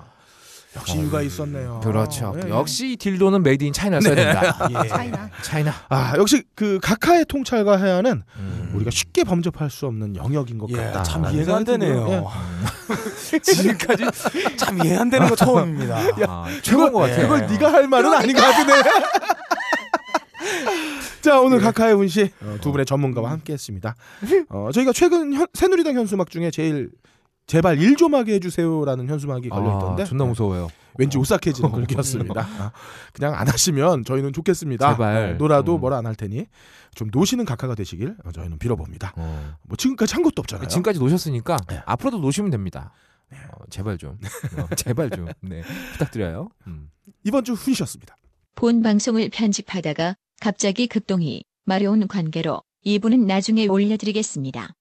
Speaker 2: 역시 유가 있었네요. 네.
Speaker 3: 그렇죠.
Speaker 2: 예, 예.
Speaker 3: 역시 이 딜도는 메이드 인 차이나 써야 된다.
Speaker 1: 차이나.
Speaker 3: 차이나.
Speaker 2: 아, 역시 그 각하의 통찰과 해안은
Speaker 3: 음.
Speaker 2: 우리가 쉽게 범접할 수 없는 영역인 것
Speaker 4: 예,
Speaker 2: 같다.
Speaker 4: 참 이해가 안
Speaker 2: 예.
Speaker 4: <laughs> 되네요.
Speaker 8: 지금까지
Speaker 4: 참 이해 안 되는 거 처음입니다.
Speaker 3: 아, 최고인 것 같아요.
Speaker 2: 그걸 네가 할 말은 아닌 것 같은데.
Speaker 3: <laughs>
Speaker 2: 자 오늘
Speaker 3: 네.
Speaker 2: 각하의 운시 어, 두 분의 전문가와
Speaker 3: <laughs>
Speaker 2: 함께했습니다. 어, 저희가 최근 현- 새누리당 현수막 중에 제일 제발 일 좀 하게 해주세요라는 현수막이 걸려 있던데 네.
Speaker 3: 아, 존나 무서워요.
Speaker 2: 왠지
Speaker 3: <laughs>
Speaker 2: 오싹해지는 글귀였습니다. 아, 그냥 안 하시면 저희는 좋겠습니다.
Speaker 3: 제발.
Speaker 2: 네, 놀아도
Speaker 3: 음.
Speaker 2: 뭐라 안 할 테니 좀 노시는 각하가 되시길 어, 저희는 빌어봅니다.
Speaker 3: 어.
Speaker 2: 뭐 지금까지 한 것도 없잖아요. 네.
Speaker 3: 지금까지 노셨으니까 앞으로도 노시면 됩니다. 어, 제발 좀, 어, 제발 좀,
Speaker 2: <laughs>
Speaker 3: 네 부탁드려요. 음.
Speaker 2: 이번 주 훈시였습니다.
Speaker 9: 본 방송을 편집하다가 갑자기 급동이 마려운 관계로 이분은 나중에 올려드리겠습니다.